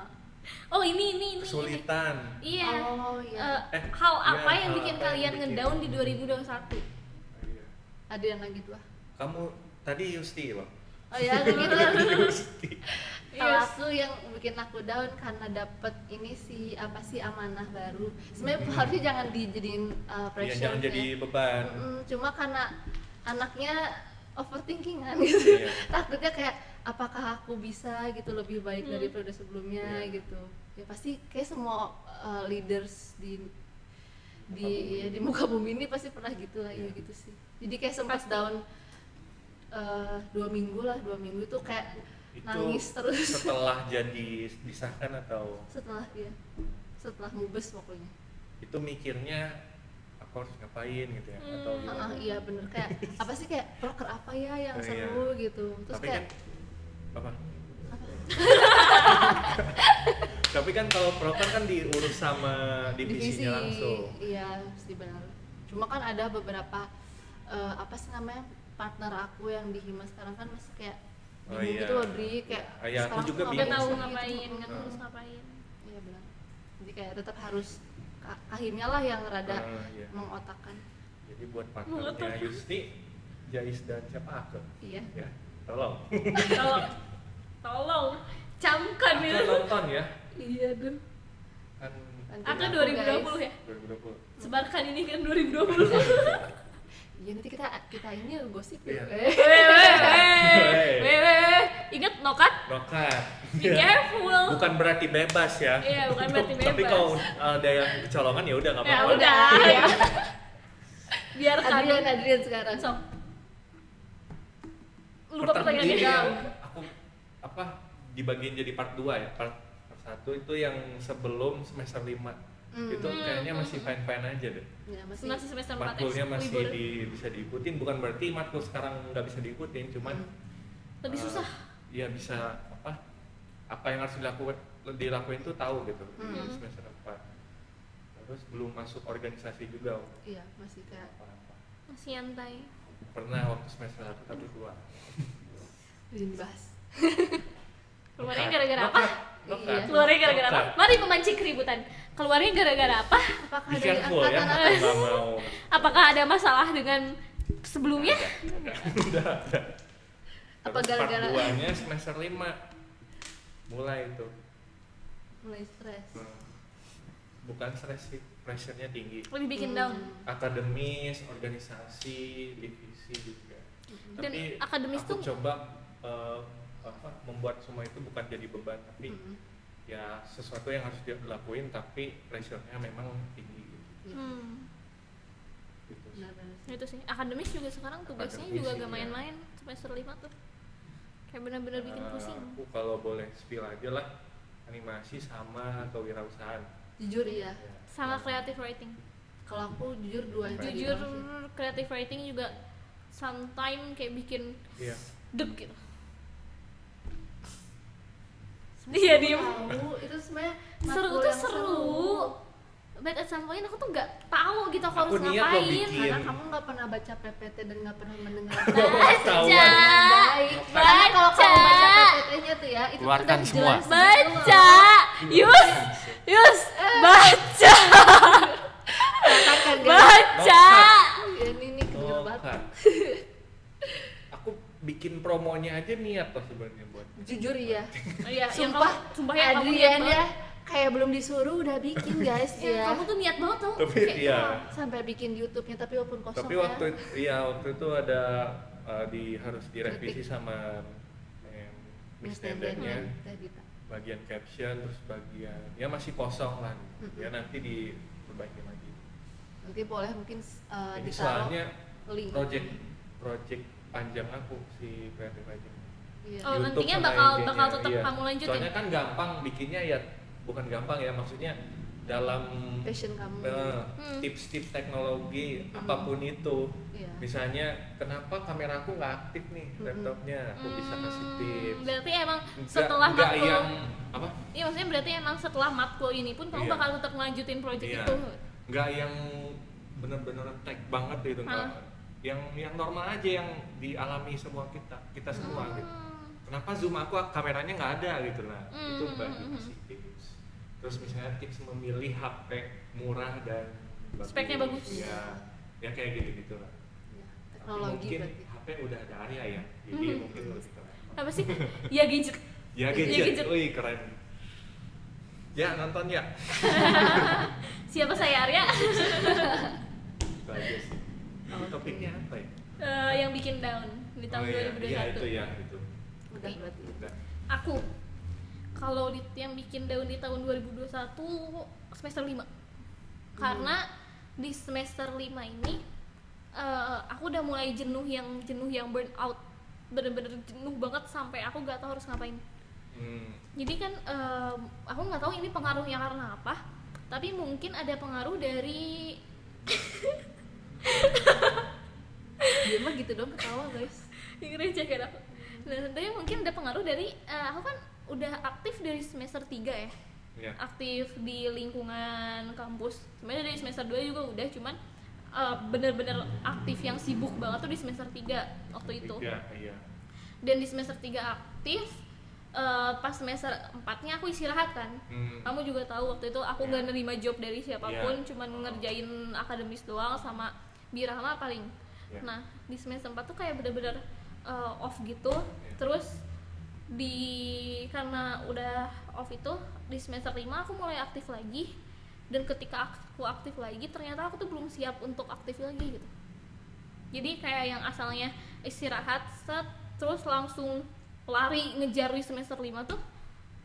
[SPEAKER 2] Oh, ini ini ini. ini.
[SPEAKER 1] Kesulitan.
[SPEAKER 2] Iya.
[SPEAKER 3] oh iya
[SPEAKER 2] Eh,
[SPEAKER 1] Eh,
[SPEAKER 2] hal
[SPEAKER 1] iya,
[SPEAKER 2] apa yang
[SPEAKER 1] hal
[SPEAKER 2] bikin
[SPEAKER 1] apa yang
[SPEAKER 2] kalian
[SPEAKER 1] bikin-
[SPEAKER 2] ngedown di 2021?
[SPEAKER 1] Iya.
[SPEAKER 3] ada yang lagi dua
[SPEAKER 1] Kamu tadi Yusti loh.
[SPEAKER 3] oh ya gitu
[SPEAKER 1] Yusti. Iya,
[SPEAKER 3] kalau
[SPEAKER 2] Yes.
[SPEAKER 3] aku yang bikin aku down karena dapet ini sih apa sih amanah baru sebenarnya
[SPEAKER 1] Hmm.
[SPEAKER 3] harusnya jangan dijadiin
[SPEAKER 1] Iya,
[SPEAKER 3] uh, pressure
[SPEAKER 1] jangan
[SPEAKER 3] ya.
[SPEAKER 1] jadi kan. beban.
[SPEAKER 3] Mm, cuma karena anaknya overthinkingan gitu
[SPEAKER 1] Iya.
[SPEAKER 3] takutnya kayak apakah aku bisa gitu lebih baik
[SPEAKER 2] Hmm.
[SPEAKER 3] dari periode sebelumnya
[SPEAKER 1] Mm. Iya.
[SPEAKER 3] gitu ya pasti kayak semua uh, leaders di di ya, di muka bumi ini pasti pernah gitu lah ya
[SPEAKER 1] Iya.
[SPEAKER 3] gitu sih jadi kayak sempat down uh, dua minggu lah dua minggu tuh kayak
[SPEAKER 1] Itu
[SPEAKER 3] nangis terus
[SPEAKER 1] setelah jadi disahkan atau
[SPEAKER 3] setelah dia setelah mubes pokoknya
[SPEAKER 1] itu mikirnya aku harus ngapain gitu ya atau
[SPEAKER 2] Hmm.
[SPEAKER 1] gimana?
[SPEAKER 3] Ah, iya bener kayak apa sih kayak proker apa ya
[SPEAKER 1] Oh,
[SPEAKER 3] yang
[SPEAKER 1] iya.
[SPEAKER 3] seru gitu terus
[SPEAKER 1] tapi
[SPEAKER 3] kayak
[SPEAKER 1] kan apa? tapi kan kalau proker kan diurus sama
[SPEAKER 3] divisi
[SPEAKER 1] divisinya langsung.
[SPEAKER 3] iya pasti benar cuma kan ada beberapa eh, apa sih namanya partner aku yang di Hima sekarang kan masih kayak
[SPEAKER 1] Oh,
[SPEAKER 3] bingung
[SPEAKER 1] iya.
[SPEAKER 3] gitu loh Dri kayak
[SPEAKER 1] Ah, iya, aku
[SPEAKER 3] sekarang
[SPEAKER 1] juga
[SPEAKER 3] tuh
[SPEAKER 2] Nggak
[SPEAKER 1] bingung.
[SPEAKER 2] tahu
[SPEAKER 3] bisa gitu.
[SPEAKER 2] ngapain, kan? nggak tahu
[SPEAKER 1] Hmm.
[SPEAKER 2] harus ngapain.
[SPEAKER 3] iya benar jadi kayak tetap harus Ka- kahimnya lah yang rada
[SPEAKER 1] Ah, iya.
[SPEAKER 3] mengotakkan
[SPEAKER 1] Jadi buat
[SPEAKER 2] Mulut
[SPEAKER 1] partnernya
[SPEAKER 2] aku.
[SPEAKER 1] Yusti, Jais dan siapa aku?
[SPEAKER 3] iya
[SPEAKER 1] Ya, tolong.
[SPEAKER 2] Tolong. Tolong camkan
[SPEAKER 1] Aku
[SPEAKER 2] ya.
[SPEAKER 1] nonton ya.
[SPEAKER 3] iya dong
[SPEAKER 1] Kan
[SPEAKER 2] Aku
[SPEAKER 3] Aku,
[SPEAKER 2] 2020
[SPEAKER 3] guys.
[SPEAKER 2] ya.
[SPEAKER 1] 2020.
[SPEAKER 2] Sebarkan ini kan 2020.
[SPEAKER 3] ya nanti kita kita ini gosip
[SPEAKER 1] Iya.
[SPEAKER 3] ya
[SPEAKER 2] Weh, weh,
[SPEAKER 1] Weh.
[SPEAKER 2] weh. Weh, weh. Ingat nokat?
[SPEAKER 1] Rokat.
[SPEAKER 2] Be
[SPEAKER 3] Iya.
[SPEAKER 2] careful.
[SPEAKER 1] Iya. Bukan berarti bebas ya.
[SPEAKER 2] Iya, bukan berarti
[SPEAKER 1] Tapi
[SPEAKER 2] bebas.
[SPEAKER 1] kalau uh, ada yang kecolongan ya udah nggak
[SPEAKER 2] Ya
[SPEAKER 1] apa-apa.
[SPEAKER 2] udah.
[SPEAKER 1] Iya.
[SPEAKER 2] ya. Biarkan.
[SPEAKER 3] Adrian Adrian sekarang
[SPEAKER 2] Sok. lupa pertanyaan
[SPEAKER 1] ini
[SPEAKER 2] dia.
[SPEAKER 1] ya, aku apa dibagiin jadi part 2 ya part, part satu itu yang sebelum semester 5
[SPEAKER 3] Hmm.
[SPEAKER 1] itu kayaknya masih fine fine aja deh
[SPEAKER 3] Ya, masih
[SPEAKER 2] Masih semester 4
[SPEAKER 1] matkulnya masih di- bisa diikutin bukan berarti matkul sekarang nggak bisa diikutin cuman
[SPEAKER 2] Hmm. Lebih
[SPEAKER 1] eh,
[SPEAKER 2] susah.
[SPEAKER 1] Iya bisa apa apa yang harus dilakukan dilakuin tuh tahu gitu
[SPEAKER 3] Hmm.
[SPEAKER 1] di semester 4 terus belum masuk organisasi juga
[SPEAKER 3] iya masih
[SPEAKER 2] Ya.
[SPEAKER 3] kayak
[SPEAKER 1] apa-apa.
[SPEAKER 2] Masih santai.
[SPEAKER 1] pernah waktu semester 1 tapi 2
[SPEAKER 3] limbas.
[SPEAKER 2] Keluarnya gara-gara apa?
[SPEAKER 3] Iya.
[SPEAKER 2] Keluarnya gara-gara apa? Mari memancing keributan. Keluarnya gara-gara apa?
[SPEAKER 3] Apakah
[SPEAKER 1] Be
[SPEAKER 3] dari
[SPEAKER 1] careful ya,
[SPEAKER 3] angkatan
[SPEAKER 1] nggak nggak mau.
[SPEAKER 2] Apakah ada masalah dengan sebelumnya?
[SPEAKER 3] Apa
[SPEAKER 1] Terus
[SPEAKER 3] gara-gara-
[SPEAKER 1] Part 2-nya semester 5 mulai itu.
[SPEAKER 3] mulai stres?
[SPEAKER 1] Hmm. Bukan stres sih, pressure-nya tinggi.
[SPEAKER 2] Lebih
[SPEAKER 3] Hmm.
[SPEAKER 2] bikin down.
[SPEAKER 1] Akademis, organisasi, divisi juga.
[SPEAKER 3] Hmm.
[SPEAKER 2] Dan
[SPEAKER 1] Tapi
[SPEAKER 2] akademis
[SPEAKER 1] aku
[SPEAKER 2] tuh-
[SPEAKER 1] coba eh, apa, membuat semua itu bukan jadi beban, tapi
[SPEAKER 2] Hmm.
[SPEAKER 3] Mm-mm.
[SPEAKER 1] ya sesuatu yang harus dia lakuin tapi pressure-nya memang tinggi gitu.
[SPEAKER 3] Iya,
[SPEAKER 2] Hmm,
[SPEAKER 1] Gitu sih.
[SPEAKER 3] benar-benar.
[SPEAKER 2] itu sih. Akademis juga sekarang tugasnya
[SPEAKER 1] Akademis
[SPEAKER 2] juga gak
[SPEAKER 1] juga.
[SPEAKER 2] main-main semester 5 tuh. Kayak bener-bener bikin
[SPEAKER 1] Eh,
[SPEAKER 2] pusing.
[SPEAKER 1] Aku kalau boleh spill aja lah animasi sama kewirausahaan.
[SPEAKER 3] Jujur
[SPEAKER 1] Ya.
[SPEAKER 3] ya,
[SPEAKER 2] Sama creative writing.
[SPEAKER 3] kalau aku jujur dua itu
[SPEAKER 1] Writing
[SPEAKER 2] Jujur
[SPEAKER 3] doang sih.
[SPEAKER 2] creative writing juga sometimes kayak bikin
[SPEAKER 1] Iya.
[SPEAKER 2] deg gitu. Iya, diem.
[SPEAKER 3] Tahu itu sebenarnya
[SPEAKER 2] seru tuh
[SPEAKER 3] matkul yang
[SPEAKER 2] seru but at some point aku tuh nggak tahu gitu aku,
[SPEAKER 1] Aku
[SPEAKER 2] harus
[SPEAKER 1] niat loh
[SPEAKER 2] ngapain
[SPEAKER 1] bikin.
[SPEAKER 3] Karena kamu nggak pernah baca PPT dan nggak pernah mendengar
[SPEAKER 2] baca
[SPEAKER 3] Karena kalau kamu baca
[SPEAKER 2] baca
[SPEAKER 3] PPT-nya tuh ya, itu
[SPEAKER 4] Keluarkan
[SPEAKER 3] tuh udah
[SPEAKER 4] semua.
[SPEAKER 3] jelas gitu loh.
[SPEAKER 2] baca Yus Yus baca
[SPEAKER 3] Katakan guys.
[SPEAKER 2] Eh. baca
[SPEAKER 3] Ya, ini ini kejebak.
[SPEAKER 1] Oh, kan. Aku bikin promonya aja niat loh sebenarnya buat.
[SPEAKER 3] Jujur ya.
[SPEAKER 2] iya
[SPEAKER 3] Sumpah,
[SPEAKER 2] sumpah ya kamu niat
[SPEAKER 3] Adrian ya
[SPEAKER 2] banget
[SPEAKER 3] kayak belum disuruh udah bikin guys
[SPEAKER 2] Iya,
[SPEAKER 3] ya.
[SPEAKER 2] kamu tuh niat banget tau
[SPEAKER 1] Tapi
[SPEAKER 2] Kayak,
[SPEAKER 1] iya.
[SPEAKER 3] Sampai bikin YouTube-nya tapi walaupun kosong
[SPEAKER 1] Tapi
[SPEAKER 3] ya.
[SPEAKER 1] waktu itu, iya waktu itu ada uh, di harus direvisi sama em, Miss Nendennya
[SPEAKER 2] ya.
[SPEAKER 3] Teh Dita.
[SPEAKER 1] bagian caption terus bagian ya masih kosong lah. Ya nanti diperbaiki lagi.
[SPEAKER 3] Nanti boleh mungkin
[SPEAKER 2] Oh,
[SPEAKER 3] uh,
[SPEAKER 1] Ini
[SPEAKER 3] ditaruh
[SPEAKER 1] soalnya
[SPEAKER 3] link.
[SPEAKER 1] project project panjang aku si creative writing.
[SPEAKER 3] Iya.
[SPEAKER 2] Oh,
[SPEAKER 1] YouTube
[SPEAKER 2] nantinya
[SPEAKER 1] sama
[SPEAKER 2] bakal-
[SPEAKER 1] IG-nya,
[SPEAKER 2] bakal tetap kamu lanjutin?
[SPEAKER 1] Soalnya kan gampang bikinnya ya, bukan gampang ya maksudnya dalam
[SPEAKER 3] Passion kamu.
[SPEAKER 1] eh,
[SPEAKER 2] Hmm.
[SPEAKER 1] tips-tips teknologi apapun itu.
[SPEAKER 3] Iya.
[SPEAKER 1] Misalnya kenapa kameraku nggak aktif nih laptopnya, aku bisa kasih tips.
[SPEAKER 2] Hmm, berarti emang
[SPEAKER 1] Nggak-
[SPEAKER 2] Hmm. setelah
[SPEAKER 1] nggak
[SPEAKER 2] matkul
[SPEAKER 1] yang apa?
[SPEAKER 2] iya maksudnya berarti emang setelah matkul ini pun kamu
[SPEAKER 1] Iya.
[SPEAKER 2] bakal tetap ngelanjutin project
[SPEAKER 1] Iya.
[SPEAKER 2] itu Hmm.
[SPEAKER 1] Nggak yang bener-bener tech banget gitu
[SPEAKER 2] Hah?
[SPEAKER 1] nggak. Yang yang normal aja yang dialami semua kita, kita semua gitu.
[SPEAKER 2] Hmm.
[SPEAKER 1] kenapa zoom aku kameranya nggak ada gitu nah
[SPEAKER 2] Hmm,
[SPEAKER 1] itu
[SPEAKER 2] hmm,
[SPEAKER 1] bagi
[SPEAKER 2] hmm,
[SPEAKER 1] kasih tips terus misalnya tips memilih HP murah dan bagus.
[SPEAKER 2] Speknya bagus.
[SPEAKER 1] ya ya kayak gitu gitu lah
[SPEAKER 3] Iya,
[SPEAKER 1] Tapi
[SPEAKER 3] Teknologi
[SPEAKER 1] mungkin
[SPEAKER 3] berarti.
[SPEAKER 1] HP udah ada Arya ya jadi
[SPEAKER 2] Hmm.
[SPEAKER 1] mungkin lebih keren
[SPEAKER 2] apa sih ya gadget
[SPEAKER 1] ya
[SPEAKER 2] Ya,
[SPEAKER 1] gadget,
[SPEAKER 2] gadget.
[SPEAKER 1] wih keren ya nonton ya
[SPEAKER 2] siapa saya Arya
[SPEAKER 1] itu aja sih Ini topiknya apa ya
[SPEAKER 2] Eh, yang bikin down Oh, di tahun
[SPEAKER 1] Oh, iya. iya
[SPEAKER 2] 2021
[SPEAKER 1] itu ya itu
[SPEAKER 3] Udah berarti.
[SPEAKER 1] udah
[SPEAKER 2] aku kalau di, yang bikin down di tahun 2021 semester 5
[SPEAKER 1] Hmm.
[SPEAKER 2] karena di semester 5 ini eh, aku udah mulai jenuh yang jenuh yang burn out bener-bener jenuh banget sampai aku gak tahu harus ngapain
[SPEAKER 1] hmm.
[SPEAKER 2] jadi kan em, aku nggak tahu ini pengaruhnya karena apa tapi mungkin ada pengaruh dari
[SPEAKER 3] Dia mah gitu dong ketawa guys.
[SPEAKER 2] yang receh kan aku nah tapi mungkin ada pengaruh dari eh, aku kan udah aktif dari semester 3 ya
[SPEAKER 1] ya
[SPEAKER 2] aktif di lingkungan kampus sebenarnya dari semester 2 juga udah cuman eh, bener-bener aktif yang sibuk banget tuh di semester 3 waktu itu
[SPEAKER 1] Tiga, iya
[SPEAKER 2] dan di semester 3 aktif eh, pas semester 4 nya aku istirahat kan
[SPEAKER 1] Hmm.
[SPEAKER 2] kamu juga tahu waktu itu aku
[SPEAKER 1] Ya.
[SPEAKER 2] gak nerima job dari siapapun
[SPEAKER 1] Ya.
[SPEAKER 2] cuman ngerjain akademis doang sama birama paling
[SPEAKER 1] Ya.
[SPEAKER 2] nah di semester 4 tuh kayak bener-bener eh, off gitu terus di karena udah off itu di semester 5 aku mulai aktif lagi dan ketika aku aktif lagi ternyata aku tuh belum siap untuk aktif lagi gitu jadi kayak yang asalnya istirahat set terus langsung lari ngejar di semester 5 tuh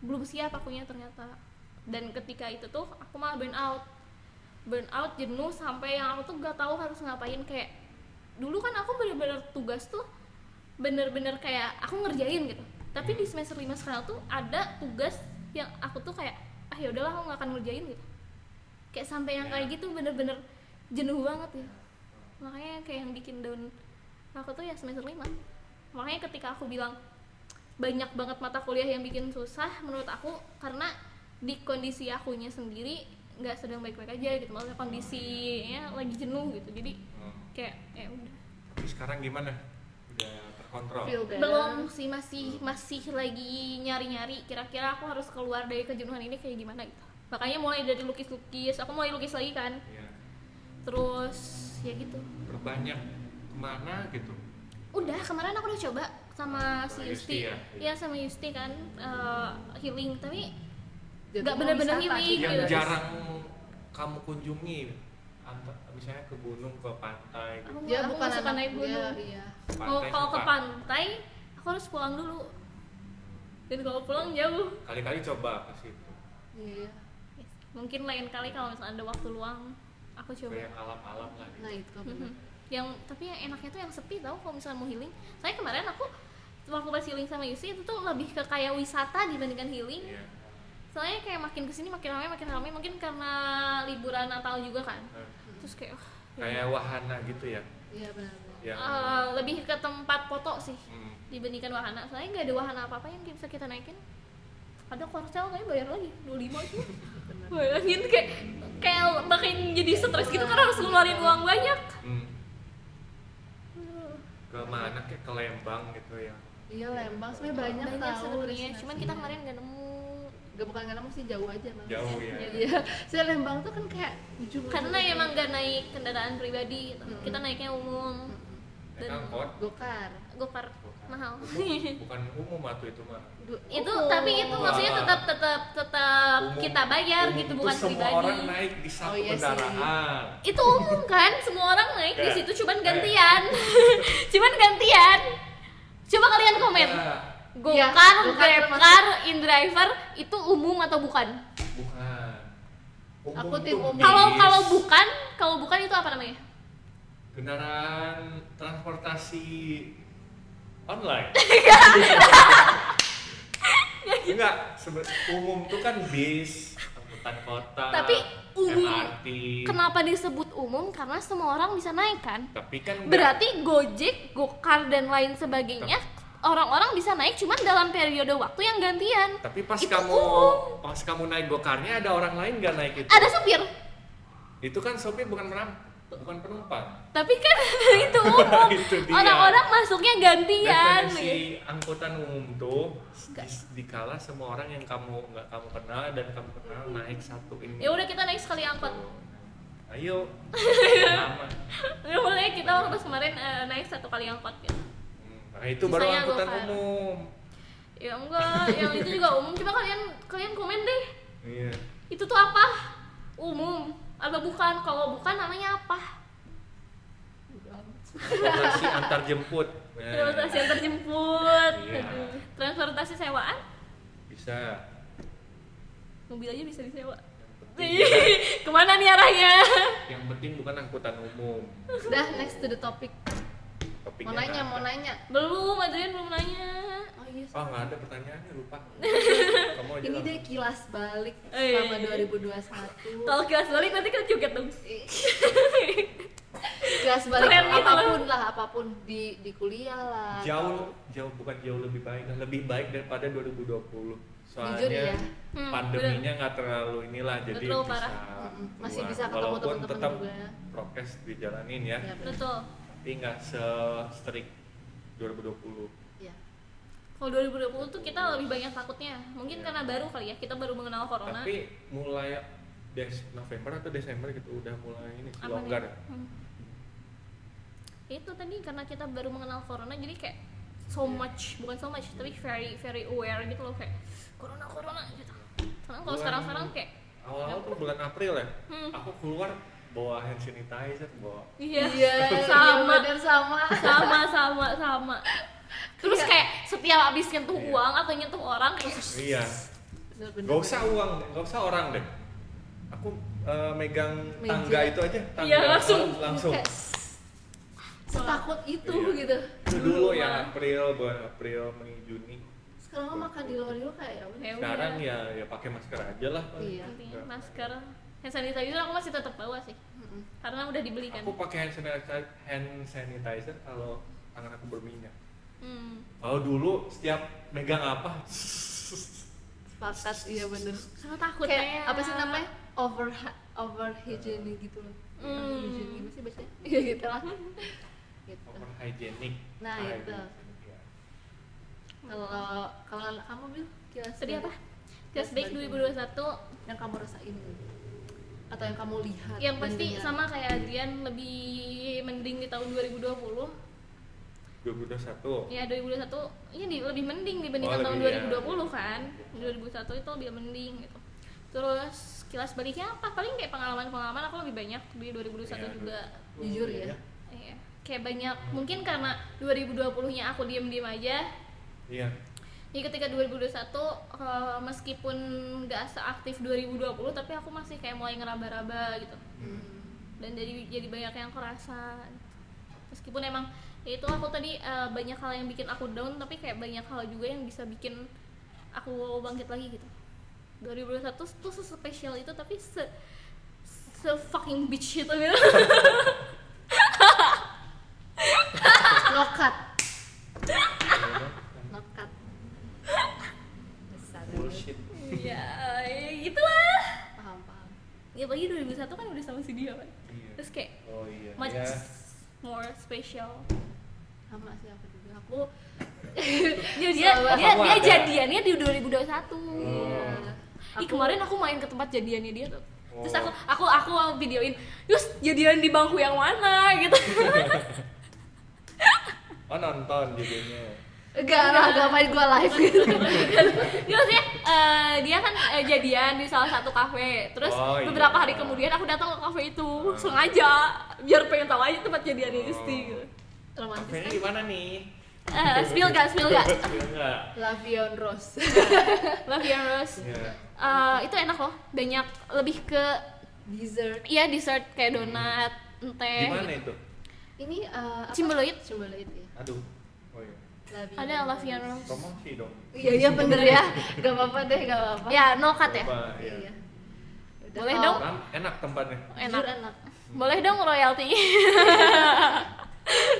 [SPEAKER 2] belum siap akunya ternyata dan ketika itu tuh aku malah burn out burn out jenuh sampai yang aku tuh gak tahu harus ngapain kayak dulu kan aku bener-bener tugas tuh bener-bener kayak aku ngerjain gitu tapi di semester 5 sekarang tuh ada tugas yang aku tuh kayak ah ya udahlah aku nggak akan ngerjain gitu kayak sampai yang kayak gitu bener-bener jenuh banget ya makanya kayak yang bikin down aku tuh ya semester 5 makanya ketika aku bilang banyak banget mata kuliah yang bikin susah menurut aku karena di kondisi akunya sendiri nggak sedang baik-baik aja gitu maksudnya kondisinya lagi jenuh gitu jadi
[SPEAKER 1] Hmm.
[SPEAKER 2] kayak ya udah
[SPEAKER 1] Tapi sekarang gimana? Udah terkontrol.
[SPEAKER 3] Feel better.
[SPEAKER 2] belum sih masih masih lagi nyari-nyari kira-kira aku harus keluar dari kejenuhan ini kayak gimana gitu makanya mulai dari lukis-lukis aku mulai lukis lagi kan
[SPEAKER 1] Iya.
[SPEAKER 2] terus ya gitu
[SPEAKER 1] Perbanyak kemana gitu.
[SPEAKER 2] udah kemarin aku udah coba sama
[SPEAKER 1] Sama
[SPEAKER 2] si Yusti
[SPEAKER 1] Yusti
[SPEAKER 2] ya
[SPEAKER 1] ya?
[SPEAKER 2] sama Yusti kan eh, healing tapi
[SPEAKER 3] Jadi
[SPEAKER 2] Nggak bener-bener
[SPEAKER 3] wisata
[SPEAKER 2] healing
[SPEAKER 3] sih,
[SPEAKER 2] Iya,
[SPEAKER 1] Yang
[SPEAKER 3] guys.
[SPEAKER 2] iya.
[SPEAKER 1] jarang kamu kunjungi Anta- misalnya ke gunung, ke pantai, gitu.
[SPEAKER 2] aku nggak
[SPEAKER 3] dia
[SPEAKER 2] aku
[SPEAKER 3] bukan
[SPEAKER 2] nggak suka
[SPEAKER 3] anak
[SPEAKER 2] naik
[SPEAKER 3] dia,
[SPEAKER 2] gunung
[SPEAKER 3] iya.
[SPEAKER 2] kalau
[SPEAKER 1] Pantai
[SPEAKER 2] Oh, kalau ke
[SPEAKER 1] suka.
[SPEAKER 2] pantai aku harus pulang dulu dan kalau pulang jauh
[SPEAKER 1] Kali-kali coba ke situ.
[SPEAKER 3] Iya.
[SPEAKER 2] mungkin lain kali kalau misalnya ada waktu luang aku coba
[SPEAKER 1] Kayak alam-alam lah gitu.
[SPEAKER 3] Nah itu bener.
[SPEAKER 2] Mhm. yang tapi yang enaknya tuh yang sepi tau kalau misalnya mau healing saya kemarin aku waktu pas healing sama Yusi itu tuh lebih ke kayak wisata dibandingkan healing
[SPEAKER 1] Iya.
[SPEAKER 2] soalnya kayak makin kesini makin ramai makin ramai mungkin karena liburan Natal juga kan
[SPEAKER 1] Nah,
[SPEAKER 2] terus kayak oh, ya.
[SPEAKER 1] Kayak wahana gitu ya.
[SPEAKER 3] Iya benar-benar.
[SPEAKER 1] Yang
[SPEAKER 2] Eh, lebih ke tempat foto sih
[SPEAKER 1] hmm,
[SPEAKER 2] dibandingkan wahana soalnya nggak ada wahana apa apa yang bisa kita naikin ada korsel kayaknya bayar lagi 25 sih bayangin kayak kayak makin jadi stres gitu karena harus ngeluarin uang banyak
[SPEAKER 1] hmm. ke mana kayak ke Lembang gitu ya.
[SPEAKER 3] Iya Lembang sebenarnya banyak,
[SPEAKER 2] banyak
[SPEAKER 3] tahu
[SPEAKER 2] sebenarnya cuman kita
[SPEAKER 3] destinasinya.
[SPEAKER 2] kemarin nggak nemu
[SPEAKER 3] Gak bukan karena mesti jauh aja malah.
[SPEAKER 1] Jauh ya.
[SPEAKER 3] Iya. Saya Lembang tuh kan kayak ujung
[SPEAKER 2] karena emang nggak naik kendaraan pribadi gitu. kita naiknya umum
[SPEAKER 1] Naik
[SPEAKER 2] Dan-
[SPEAKER 1] angkot
[SPEAKER 3] gokar.
[SPEAKER 2] gopar mahal
[SPEAKER 1] bukan umum atau itu mah.
[SPEAKER 3] Du-
[SPEAKER 2] itu
[SPEAKER 3] umum.
[SPEAKER 2] tapi itu maksudnya
[SPEAKER 1] Wah.
[SPEAKER 2] tetap tetap tetap
[SPEAKER 1] Umum-
[SPEAKER 2] kita bayar
[SPEAKER 1] umum
[SPEAKER 2] gitu
[SPEAKER 1] tuh
[SPEAKER 2] bukan
[SPEAKER 1] semua
[SPEAKER 2] pribadi
[SPEAKER 1] orang naik di satu
[SPEAKER 3] Oh, iya sih.
[SPEAKER 1] kendaraan
[SPEAKER 2] itu umum kan semua orang naik di
[SPEAKER 1] Ya.
[SPEAKER 2] situ cuman
[SPEAKER 1] Ya.
[SPEAKER 2] gantian cuman gantian coba kalian komen
[SPEAKER 1] Nah,
[SPEAKER 2] gokar
[SPEAKER 3] Ya, Gokar
[SPEAKER 2] grabcar indriver itu umum atau bukan
[SPEAKER 1] bukan umum
[SPEAKER 3] Aku tim
[SPEAKER 1] tuh
[SPEAKER 3] umum.
[SPEAKER 1] bis.
[SPEAKER 2] kalau kalau bukan kalau bukan itu apa namanya
[SPEAKER 1] kendaraan transportasi online
[SPEAKER 2] Iya.
[SPEAKER 1] enggak sebe- umum tuh kan bis angkutan kota
[SPEAKER 2] Tapi umum.
[SPEAKER 1] MRT
[SPEAKER 2] kenapa disebut umum karena semua orang bisa naik kan
[SPEAKER 1] tapi kan enggak-
[SPEAKER 2] Berarti Gojek, Gokar dan lain sebagainya orang-orang bisa naik cuman dalam periode waktu yang gantian.
[SPEAKER 1] tapi pas
[SPEAKER 2] Itu
[SPEAKER 1] kamu
[SPEAKER 2] umum.
[SPEAKER 1] pas kamu naik gokarnya ada orang lain nggak naik itu
[SPEAKER 2] Ada supir,
[SPEAKER 1] itu kan sopir bukan menang bukan penumpang
[SPEAKER 2] tapi kan itu umum.
[SPEAKER 1] Itu dia.
[SPEAKER 2] Orang-orang masuknya
[SPEAKER 3] Iya,
[SPEAKER 2] gantian.
[SPEAKER 1] Dan si angkutan umum tuh di, dikala semua orang yang kamu nggak kamu kenal dan kamu kenal naik satu ini.
[SPEAKER 2] Ya udah kita naik sekali angkot.
[SPEAKER 1] Ayo. Lama.
[SPEAKER 2] Ya udah kita waktu kemarin eh, naik satu kali angkot gitu.
[SPEAKER 1] Hmm, Nah, itu baru
[SPEAKER 3] ya,
[SPEAKER 2] Sisanya
[SPEAKER 1] angkutan
[SPEAKER 2] gokar.
[SPEAKER 1] umum.
[SPEAKER 2] Ya enggak, yang itu juga umum. Coba kalian kalian komen deh.
[SPEAKER 1] Iya.
[SPEAKER 2] Itu tuh apa? Umum apa bukan? Kalau bukan namanya apa?
[SPEAKER 1] Transportasi antar jemput. Nah,
[SPEAKER 2] Transportasi antar jemput.
[SPEAKER 1] Iya.
[SPEAKER 2] Aduh. Transportasi sewaan?
[SPEAKER 1] bisa.
[SPEAKER 2] Mobil aja bisa disewa.
[SPEAKER 1] Yang penting,
[SPEAKER 3] Iya.
[SPEAKER 2] Ih, Kemana nih arahnya?
[SPEAKER 1] yang penting bukan angkutan umum.
[SPEAKER 3] Dah next to the topic.
[SPEAKER 1] Topiknya
[SPEAKER 3] Mau nanya,
[SPEAKER 1] nggak
[SPEAKER 3] mau
[SPEAKER 1] ada.
[SPEAKER 3] nanya.
[SPEAKER 2] Belum, Adrian belum nanya.
[SPEAKER 3] Oh iya.
[SPEAKER 1] Oh nggak ada pertanyaannya lupa. Kamu aja.
[SPEAKER 3] Ini
[SPEAKER 1] lah.
[SPEAKER 3] deh kilas balik
[SPEAKER 2] Eh.
[SPEAKER 3] selama 2021.
[SPEAKER 2] Kalau kelas balik nanti kita joget dong.
[SPEAKER 3] Kilas balik
[SPEAKER 2] Keren gitu
[SPEAKER 3] apapun lah, apapun di di kuliah lah.
[SPEAKER 1] jauh jauh bukan jauh lebih baik lah, lebih baik daripada 2020 soalnya
[SPEAKER 3] Jujur ya.
[SPEAKER 2] Hmm,
[SPEAKER 1] pandeminya nggak terlalu inilah jadi
[SPEAKER 2] terlalu
[SPEAKER 1] bisa
[SPEAKER 2] parah.
[SPEAKER 3] Mm-mm, masih
[SPEAKER 1] keluar.
[SPEAKER 3] bisa ketemu
[SPEAKER 1] walaupun
[SPEAKER 3] teman-teman
[SPEAKER 1] tetap
[SPEAKER 3] juga.
[SPEAKER 1] prokes dijalanin ya,
[SPEAKER 3] Ya, bener.
[SPEAKER 2] Betul.
[SPEAKER 1] tapi nggak se strict 2020
[SPEAKER 3] Iya.
[SPEAKER 2] Kalau 2020 tuh kita lebih banyak takutnya. Mungkin karena baru kali ya, kita baru mengenal corona.
[SPEAKER 1] Iya. tapi mulai Des November atau Desember gitu udah mulai ini
[SPEAKER 2] Apa nih?
[SPEAKER 1] longgar ya.
[SPEAKER 2] Hmm. Itu tadi karena kita baru mengenal corona jadi kayak so
[SPEAKER 1] Iya.
[SPEAKER 2] much, bukan so much, tapi very very aware gitu loh kayak corona corona gitu. Karena kalau
[SPEAKER 1] Bulan-
[SPEAKER 2] sekarang-sekarang kayak
[SPEAKER 1] awal-awal tuh bulan April ya
[SPEAKER 2] Hmm.
[SPEAKER 1] aku keluar bawa hand sanitizer bawa
[SPEAKER 2] iya.
[SPEAKER 3] Iya,
[SPEAKER 2] Sama.
[SPEAKER 3] iya bener, sama.
[SPEAKER 2] sama sama sama terus
[SPEAKER 3] Iya.
[SPEAKER 2] kayak setiap abis nyentuh
[SPEAKER 1] Iya.
[SPEAKER 2] uang atau nyentuh orang terus
[SPEAKER 1] iya
[SPEAKER 3] Bener, bener.
[SPEAKER 1] Gak usah uang, gak usah orang deh. Aku eh, megang
[SPEAKER 3] Meja.
[SPEAKER 1] tangga itu aja, tangga Eh,
[SPEAKER 2] Iya, langsung.
[SPEAKER 1] langsung.
[SPEAKER 3] Kayak, setakut itu
[SPEAKER 1] Iya.
[SPEAKER 3] gitu.
[SPEAKER 1] Itu dulu yang
[SPEAKER 2] malah.
[SPEAKER 1] April bulan April Mei Juni
[SPEAKER 3] sekarang lo makan di luar dulu kayak ya udah.
[SPEAKER 2] Ya
[SPEAKER 1] sekarang
[SPEAKER 2] udah.
[SPEAKER 1] ya ya pakai masker aja lah
[SPEAKER 3] Iya.
[SPEAKER 2] Intinya
[SPEAKER 1] Nggak-
[SPEAKER 2] masker hand sanitizer aku masih tetap bawa sih
[SPEAKER 3] Mm-mm.
[SPEAKER 2] karena udah
[SPEAKER 3] kan.
[SPEAKER 2] dibelikan
[SPEAKER 1] aku pakai hand sanitizer, hand sanitizer kalau tangan aku berminyak
[SPEAKER 2] hmm.
[SPEAKER 1] kalau dulu setiap megang apa
[SPEAKER 3] sepakat iya bener
[SPEAKER 2] karena takut
[SPEAKER 3] kayak
[SPEAKER 2] kayak
[SPEAKER 3] apa sih namanya over over hygiene gitu loh
[SPEAKER 2] Hmm.
[SPEAKER 3] hygiene gimana sih bacanya ya gitu lah gitu
[SPEAKER 1] over hygienic
[SPEAKER 3] Nah,
[SPEAKER 1] Over
[SPEAKER 3] itu.
[SPEAKER 1] hygienic, ya.
[SPEAKER 3] kalau kalau kamu bil kilas
[SPEAKER 2] sedih apa
[SPEAKER 3] balik
[SPEAKER 2] Just Bake 2021
[SPEAKER 3] yang kamu rasain atau yang kamu lihat
[SPEAKER 2] yang
[SPEAKER 3] dan
[SPEAKER 2] pasti
[SPEAKER 3] dengar?
[SPEAKER 2] sama kayak Adrian lebih mending di tahun 2020
[SPEAKER 1] 2021
[SPEAKER 2] ya 2021 ini di- lebih mending dibandingkan
[SPEAKER 1] Oh,
[SPEAKER 2] tahun
[SPEAKER 1] lebih, ya.
[SPEAKER 2] 2020 kan 2021 itu lebih mending gitu terus kilas baliknya apa paling kayak pengalaman-pengalaman aku lebih banyak di 2021
[SPEAKER 1] Iya,
[SPEAKER 2] juga
[SPEAKER 3] jujur ya
[SPEAKER 2] iya kayak banyak mungkin karena 2020 nya aku diem-diem aja
[SPEAKER 1] iya
[SPEAKER 2] jadi ketika 2021 eh, meskipun nggak seaktif 2020 tapi aku masih kayak mulai ngeraba-raba gitu
[SPEAKER 3] Hmm.
[SPEAKER 2] dan jadi jadi banyak yang kerasa meskipun emang ya itu aku tadi eh, banyak hal yang bikin aku down tapi kayak banyak hal juga yang bisa bikin aku bangkit lagi gitu 2021 tuh sespesial itu tapi se se fucking bitch itu gitu
[SPEAKER 3] nokat
[SPEAKER 1] Iya.
[SPEAKER 3] nokat besar
[SPEAKER 1] bullshit
[SPEAKER 2] ya ya gitu lah
[SPEAKER 3] paham paham
[SPEAKER 2] ya bagi 2001 kan udah sama si dia kan
[SPEAKER 1] Iya.
[SPEAKER 2] terus kayak
[SPEAKER 1] oh iya
[SPEAKER 2] much
[SPEAKER 1] Ya,
[SPEAKER 2] more special
[SPEAKER 3] sama sih aku juga aku
[SPEAKER 2] dia dia
[SPEAKER 3] Selalu
[SPEAKER 2] dia,
[SPEAKER 1] aku
[SPEAKER 2] dia
[SPEAKER 1] ada.
[SPEAKER 2] jadiannya di 2021
[SPEAKER 1] Oh.
[SPEAKER 2] Ih
[SPEAKER 3] eh, Aku-
[SPEAKER 2] kemarin aku main ke tempat jadiannya dia tuh. Terus
[SPEAKER 1] Oh.
[SPEAKER 2] aku aku aku videoin, terus jadian di bangku yang mana gitu.
[SPEAKER 1] oh nonton jadinya
[SPEAKER 3] enggak lah enggak main gua live gitu
[SPEAKER 2] Dia maksudnya eh, dia kan eh, jadian di salah satu kafe. Terus
[SPEAKER 1] Oh, iya. Oh.
[SPEAKER 2] beberapa hari kemudian aku datang ke kafe itu sengaja biar pengen tahu aja tempat jadiannya Isti gitu.
[SPEAKER 3] romantis
[SPEAKER 1] Kafenya
[SPEAKER 3] kan
[SPEAKER 1] di mana nih?
[SPEAKER 2] Eh, spill gak, spill gak?
[SPEAKER 1] Iya enggak?
[SPEAKER 3] Lavion Rose
[SPEAKER 2] Love you, Rose.
[SPEAKER 1] Iya.
[SPEAKER 2] Eh, itu enak loh, banyak lebih ke
[SPEAKER 3] dessert
[SPEAKER 2] ya dessert kayak donat, teh.
[SPEAKER 1] Di mana
[SPEAKER 2] gitu.
[SPEAKER 1] itu?
[SPEAKER 3] ini eh, apa?
[SPEAKER 2] Cimbeluit.
[SPEAKER 3] Cimbeluit ya
[SPEAKER 1] Aduh. Oh iya.
[SPEAKER 3] Lavion
[SPEAKER 2] Ada Love you, Rose.
[SPEAKER 1] Promosi dong.
[SPEAKER 3] iya iya bener ya gak apa-apa deh gak apa-apa
[SPEAKER 2] Ya, no cut ya.
[SPEAKER 1] Coba, iya.
[SPEAKER 3] iya Udah,
[SPEAKER 2] Boleh
[SPEAKER 3] kalau-
[SPEAKER 2] dong.
[SPEAKER 1] Kan enak tempatnya.
[SPEAKER 3] jujur
[SPEAKER 2] Enak.
[SPEAKER 3] enak
[SPEAKER 2] Boleh dong royalti.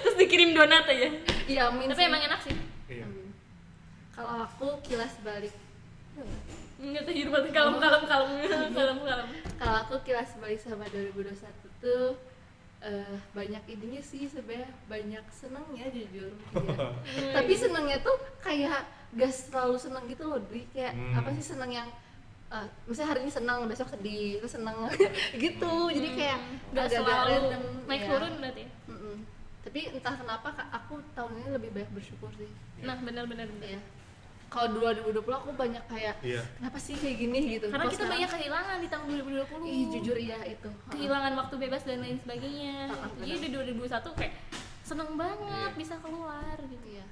[SPEAKER 2] Terus dikirim donat aja.
[SPEAKER 3] iya amin
[SPEAKER 2] Tapi
[SPEAKER 3] sih.
[SPEAKER 2] emang enak sih.
[SPEAKER 1] Iya.
[SPEAKER 3] Amin. kalau aku kilas balik
[SPEAKER 2] Enggak tuh hidup mati kalem kalem kalem kalem kalem.
[SPEAKER 3] kalau aku kilas balik sama 2021 tuh eh, banyak ininya sih sebenarnya banyak senangnya jujur iya. tapi senangnya tuh kayak gak selalu senang gitu loh Dri kayak
[SPEAKER 1] Hmm.
[SPEAKER 3] apa sih senang yang eh, misalnya hari ini senang besok sedih terus senang gitu jadi kayak
[SPEAKER 2] Enggak
[SPEAKER 3] gak
[SPEAKER 2] Hmm. selalu
[SPEAKER 3] random
[SPEAKER 2] naik
[SPEAKER 3] iya.
[SPEAKER 2] turun berarti. ya?
[SPEAKER 3] Mm-mm. tapi entah kenapa Kak, aku tahun ini lebih banyak bersyukur sih
[SPEAKER 2] Nah benar benar benar.
[SPEAKER 3] ya kalau 2020 aku banyak kayak
[SPEAKER 1] Iya.
[SPEAKER 3] kenapa sih kayak gini gitu
[SPEAKER 2] Karena
[SPEAKER 3] Kalau
[SPEAKER 2] kita
[SPEAKER 3] sekarang-
[SPEAKER 2] banyak kehilangan di tahun 2020.
[SPEAKER 3] ih jujur iya itu
[SPEAKER 2] kehilangan waktu bebas dan lain sebagainya.
[SPEAKER 3] Ah, ah,
[SPEAKER 2] Jadi di 2021 kayak seneng banget bisa keluar gitu.
[SPEAKER 3] Iya,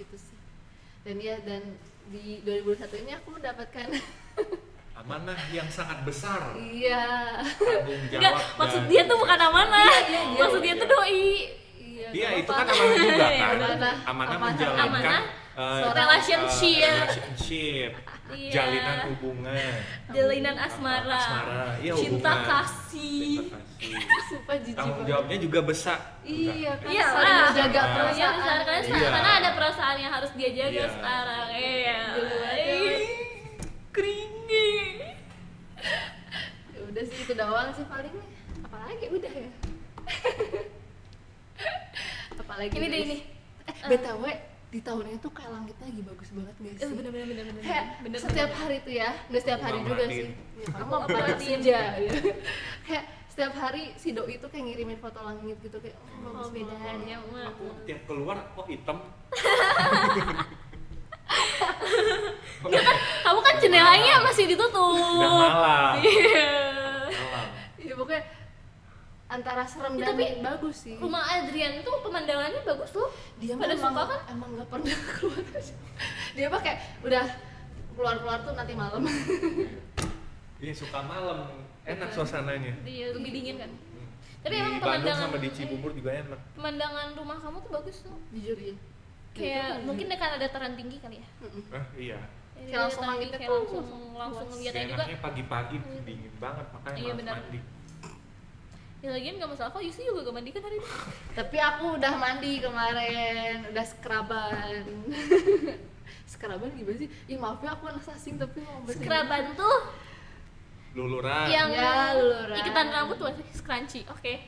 [SPEAKER 3] gitu sih. Dan ya dan di 2021 ini aku mendapatkan
[SPEAKER 1] Amanah yang sangat besar.
[SPEAKER 3] iya.
[SPEAKER 1] Tanggung jawab.
[SPEAKER 2] Enggak, maksud
[SPEAKER 1] dan-
[SPEAKER 2] dia tuh bukan amanah.
[SPEAKER 1] iya,
[SPEAKER 2] maksud dia
[SPEAKER 1] iya.
[SPEAKER 2] tuh doi.
[SPEAKER 3] Iya.
[SPEAKER 1] Iya,
[SPEAKER 3] gak
[SPEAKER 1] itu kan
[SPEAKER 3] apa-apa.
[SPEAKER 1] amanah juga
[SPEAKER 2] Iya,
[SPEAKER 1] kan.
[SPEAKER 3] amanah.
[SPEAKER 1] Amanah
[SPEAKER 3] Amanah.
[SPEAKER 1] menjalankan
[SPEAKER 2] Amanah,
[SPEAKER 1] eh,
[SPEAKER 2] seorang- relationship.
[SPEAKER 1] eh, relationship.
[SPEAKER 2] Iya.
[SPEAKER 1] Jalinan hubungan.
[SPEAKER 2] Jalinan asmara.
[SPEAKER 1] Asmara, iya,
[SPEAKER 2] cinta
[SPEAKER 1] hubungan.
[SPEAKER 2] kasih.
[SPEAKER 1] Cinta kasih.
[SPEAKER 3] Sumpah jijik.
[SPEAKER 1] Tanggung
[SPEAKER 3] banget.
[SPEAKER 1] jawabnya juga besar.
[SPEAKER 3] Iya, kan
[SPEAKER 2] Iya
[SPEAKER 3] saling
[SPEAKER 2] lah.
[SPEAKER 3] menjaga
[SPEAKER 1] Iya,
[SPEAKER 2] Iya,
[SPEAKER 3] perasaan.
[SPEAKER 2] besar karena
[SPEAKER 1] Iya.
[SPEAKER 2] karena ada perasaan yang harus dia jaga
[SPEAKER 1] Iya.
[SPEAKER 2] sekarang. Iya.
[SPEAKER 3] Dulu ada.
[SPEAKER 2] Ih, Keringi.
[SPEAKER 3] Ya udah sih itu doang sih paling. Apalagi udah ya. Apalagi
[SPEAKER 2] Ini deh
[SPEAKER 3] guys.
[SPEAKER 2] ini.
[SPEAKER 3] Eh, BTW di tahun ini tuh kayak langitnya lagi bagus banget gak
[SPEAKER 2] Eh,
[SPEAKER 3] sih?
[SPEAKER 2] bener bener bener bener.
[SPEAKER 3] kayak
[SPEAKER 2] bener, Iya,
[SPEAKER 3] setiap hari tuh ya nggak setiap
[SPEAKER 1] Aku
[SPEAKER 3] hari
[SPEAKER 1] nggak
[SPEAKER 3] juga
[SPEAKER 1] merhatiin.
[SPEAKER 3] sih ya, kamu nggak pernah
[SPEAKER 2] Merhatiin.
[SPEAKER 3] senja ya. kayak setiap hari si doi itu kayak ngirimin foto langit gitu kayak oh,
[SPEAKER 2] Oh,
[SPEAKER 3] bagus
[SPEAKER 2] beda
[SPEAKER 3] banget.
[SPEAKER 2] aja.
[SPEAKER 1] Aku tiap keluar kok hitam.
[SPEAKER 2] Kamu kan jendelanya masih ditutup.
[SPEAKER 1] Udah malam.
[SPEAKER 2] Iya.
[SPEAKER 1] Malam.
[SPEAKER 3] ya pokoknya antara serem
[SPEAKER 2] Ya,
[SPEAKER 3] dan
[SPEAKER 2] tapi
[SPEAKER 3] bagus sih
[SPEAKER 2] Rumah Adrian tuh pemandangannya bagus loh.
[SPEAKER 3] dia mah
[SPEAKER 2] pada
[SPEAKER 3] emang,
[SPEAKER 2] suka kan?
[SPEAKER 3] emang nggak pernah keluar dia mah kayak udah keluar keluar tuh nanti malam
[SPEAKER 1] Iya suka malam. Enak suasananya. Hmm.
[SPEAKER 2] Iya, lebih dingin kan. Tapi
[SPEAKER 1] di
[SPEAKER 2] emang
[SPEAKER 1] Bandung
[SPEAKER 2] pemandangan
[SPEAKER 1] sama di Cibubur juga enak.
[SPEAKER 2] Pemandangan rumah kamu tuh bagus tuh.
[SPEAKER 3] jujur ya
[SPEAKER 2] kayak mungkin karena dataran tinggi kali ya
[SPEAKER 3] Mm-mm.
[SPEAKER 1] Eh, iya.
[SPEAKER 2] Jadi
[SPEAKER 3] Kayak langsung
[SPEAKER 2] dataran
[SPEAKER 3] langitnya
[SPEAKER 2] tinggi, kan. kayak
[SPEAKER 3] tuh
[SPEAKER 2] langsung langsung ngeliatnya Iya, juga Hmm.
[SPEAKER 1] Enaknya pagi-pagi dingin banget makanya
[SPEAKER 2] Iya,
[SPEAKER 1] harus
[SPEAKER 2] benar.
[SPEAKER 1] mandi.
[SPEAKER 2] ya lagian nggak masalah kok Yusi juga gak mandi kan hari ini
[SPEAKER 3] Tapi aku udah mandi kemarin, udah scruban. scruban gimana sih? Ih maaf ya aku anak sasing tapi mau bahasa
[SPEAKER 2] Scruban tuh
[SPEAKER 1] Luluran.
[SPEAKER 2] yang
[SPEAKER 3] Ya, luluran.
[SPEAKER 2] iketan rambut tuh masih scrunchy oke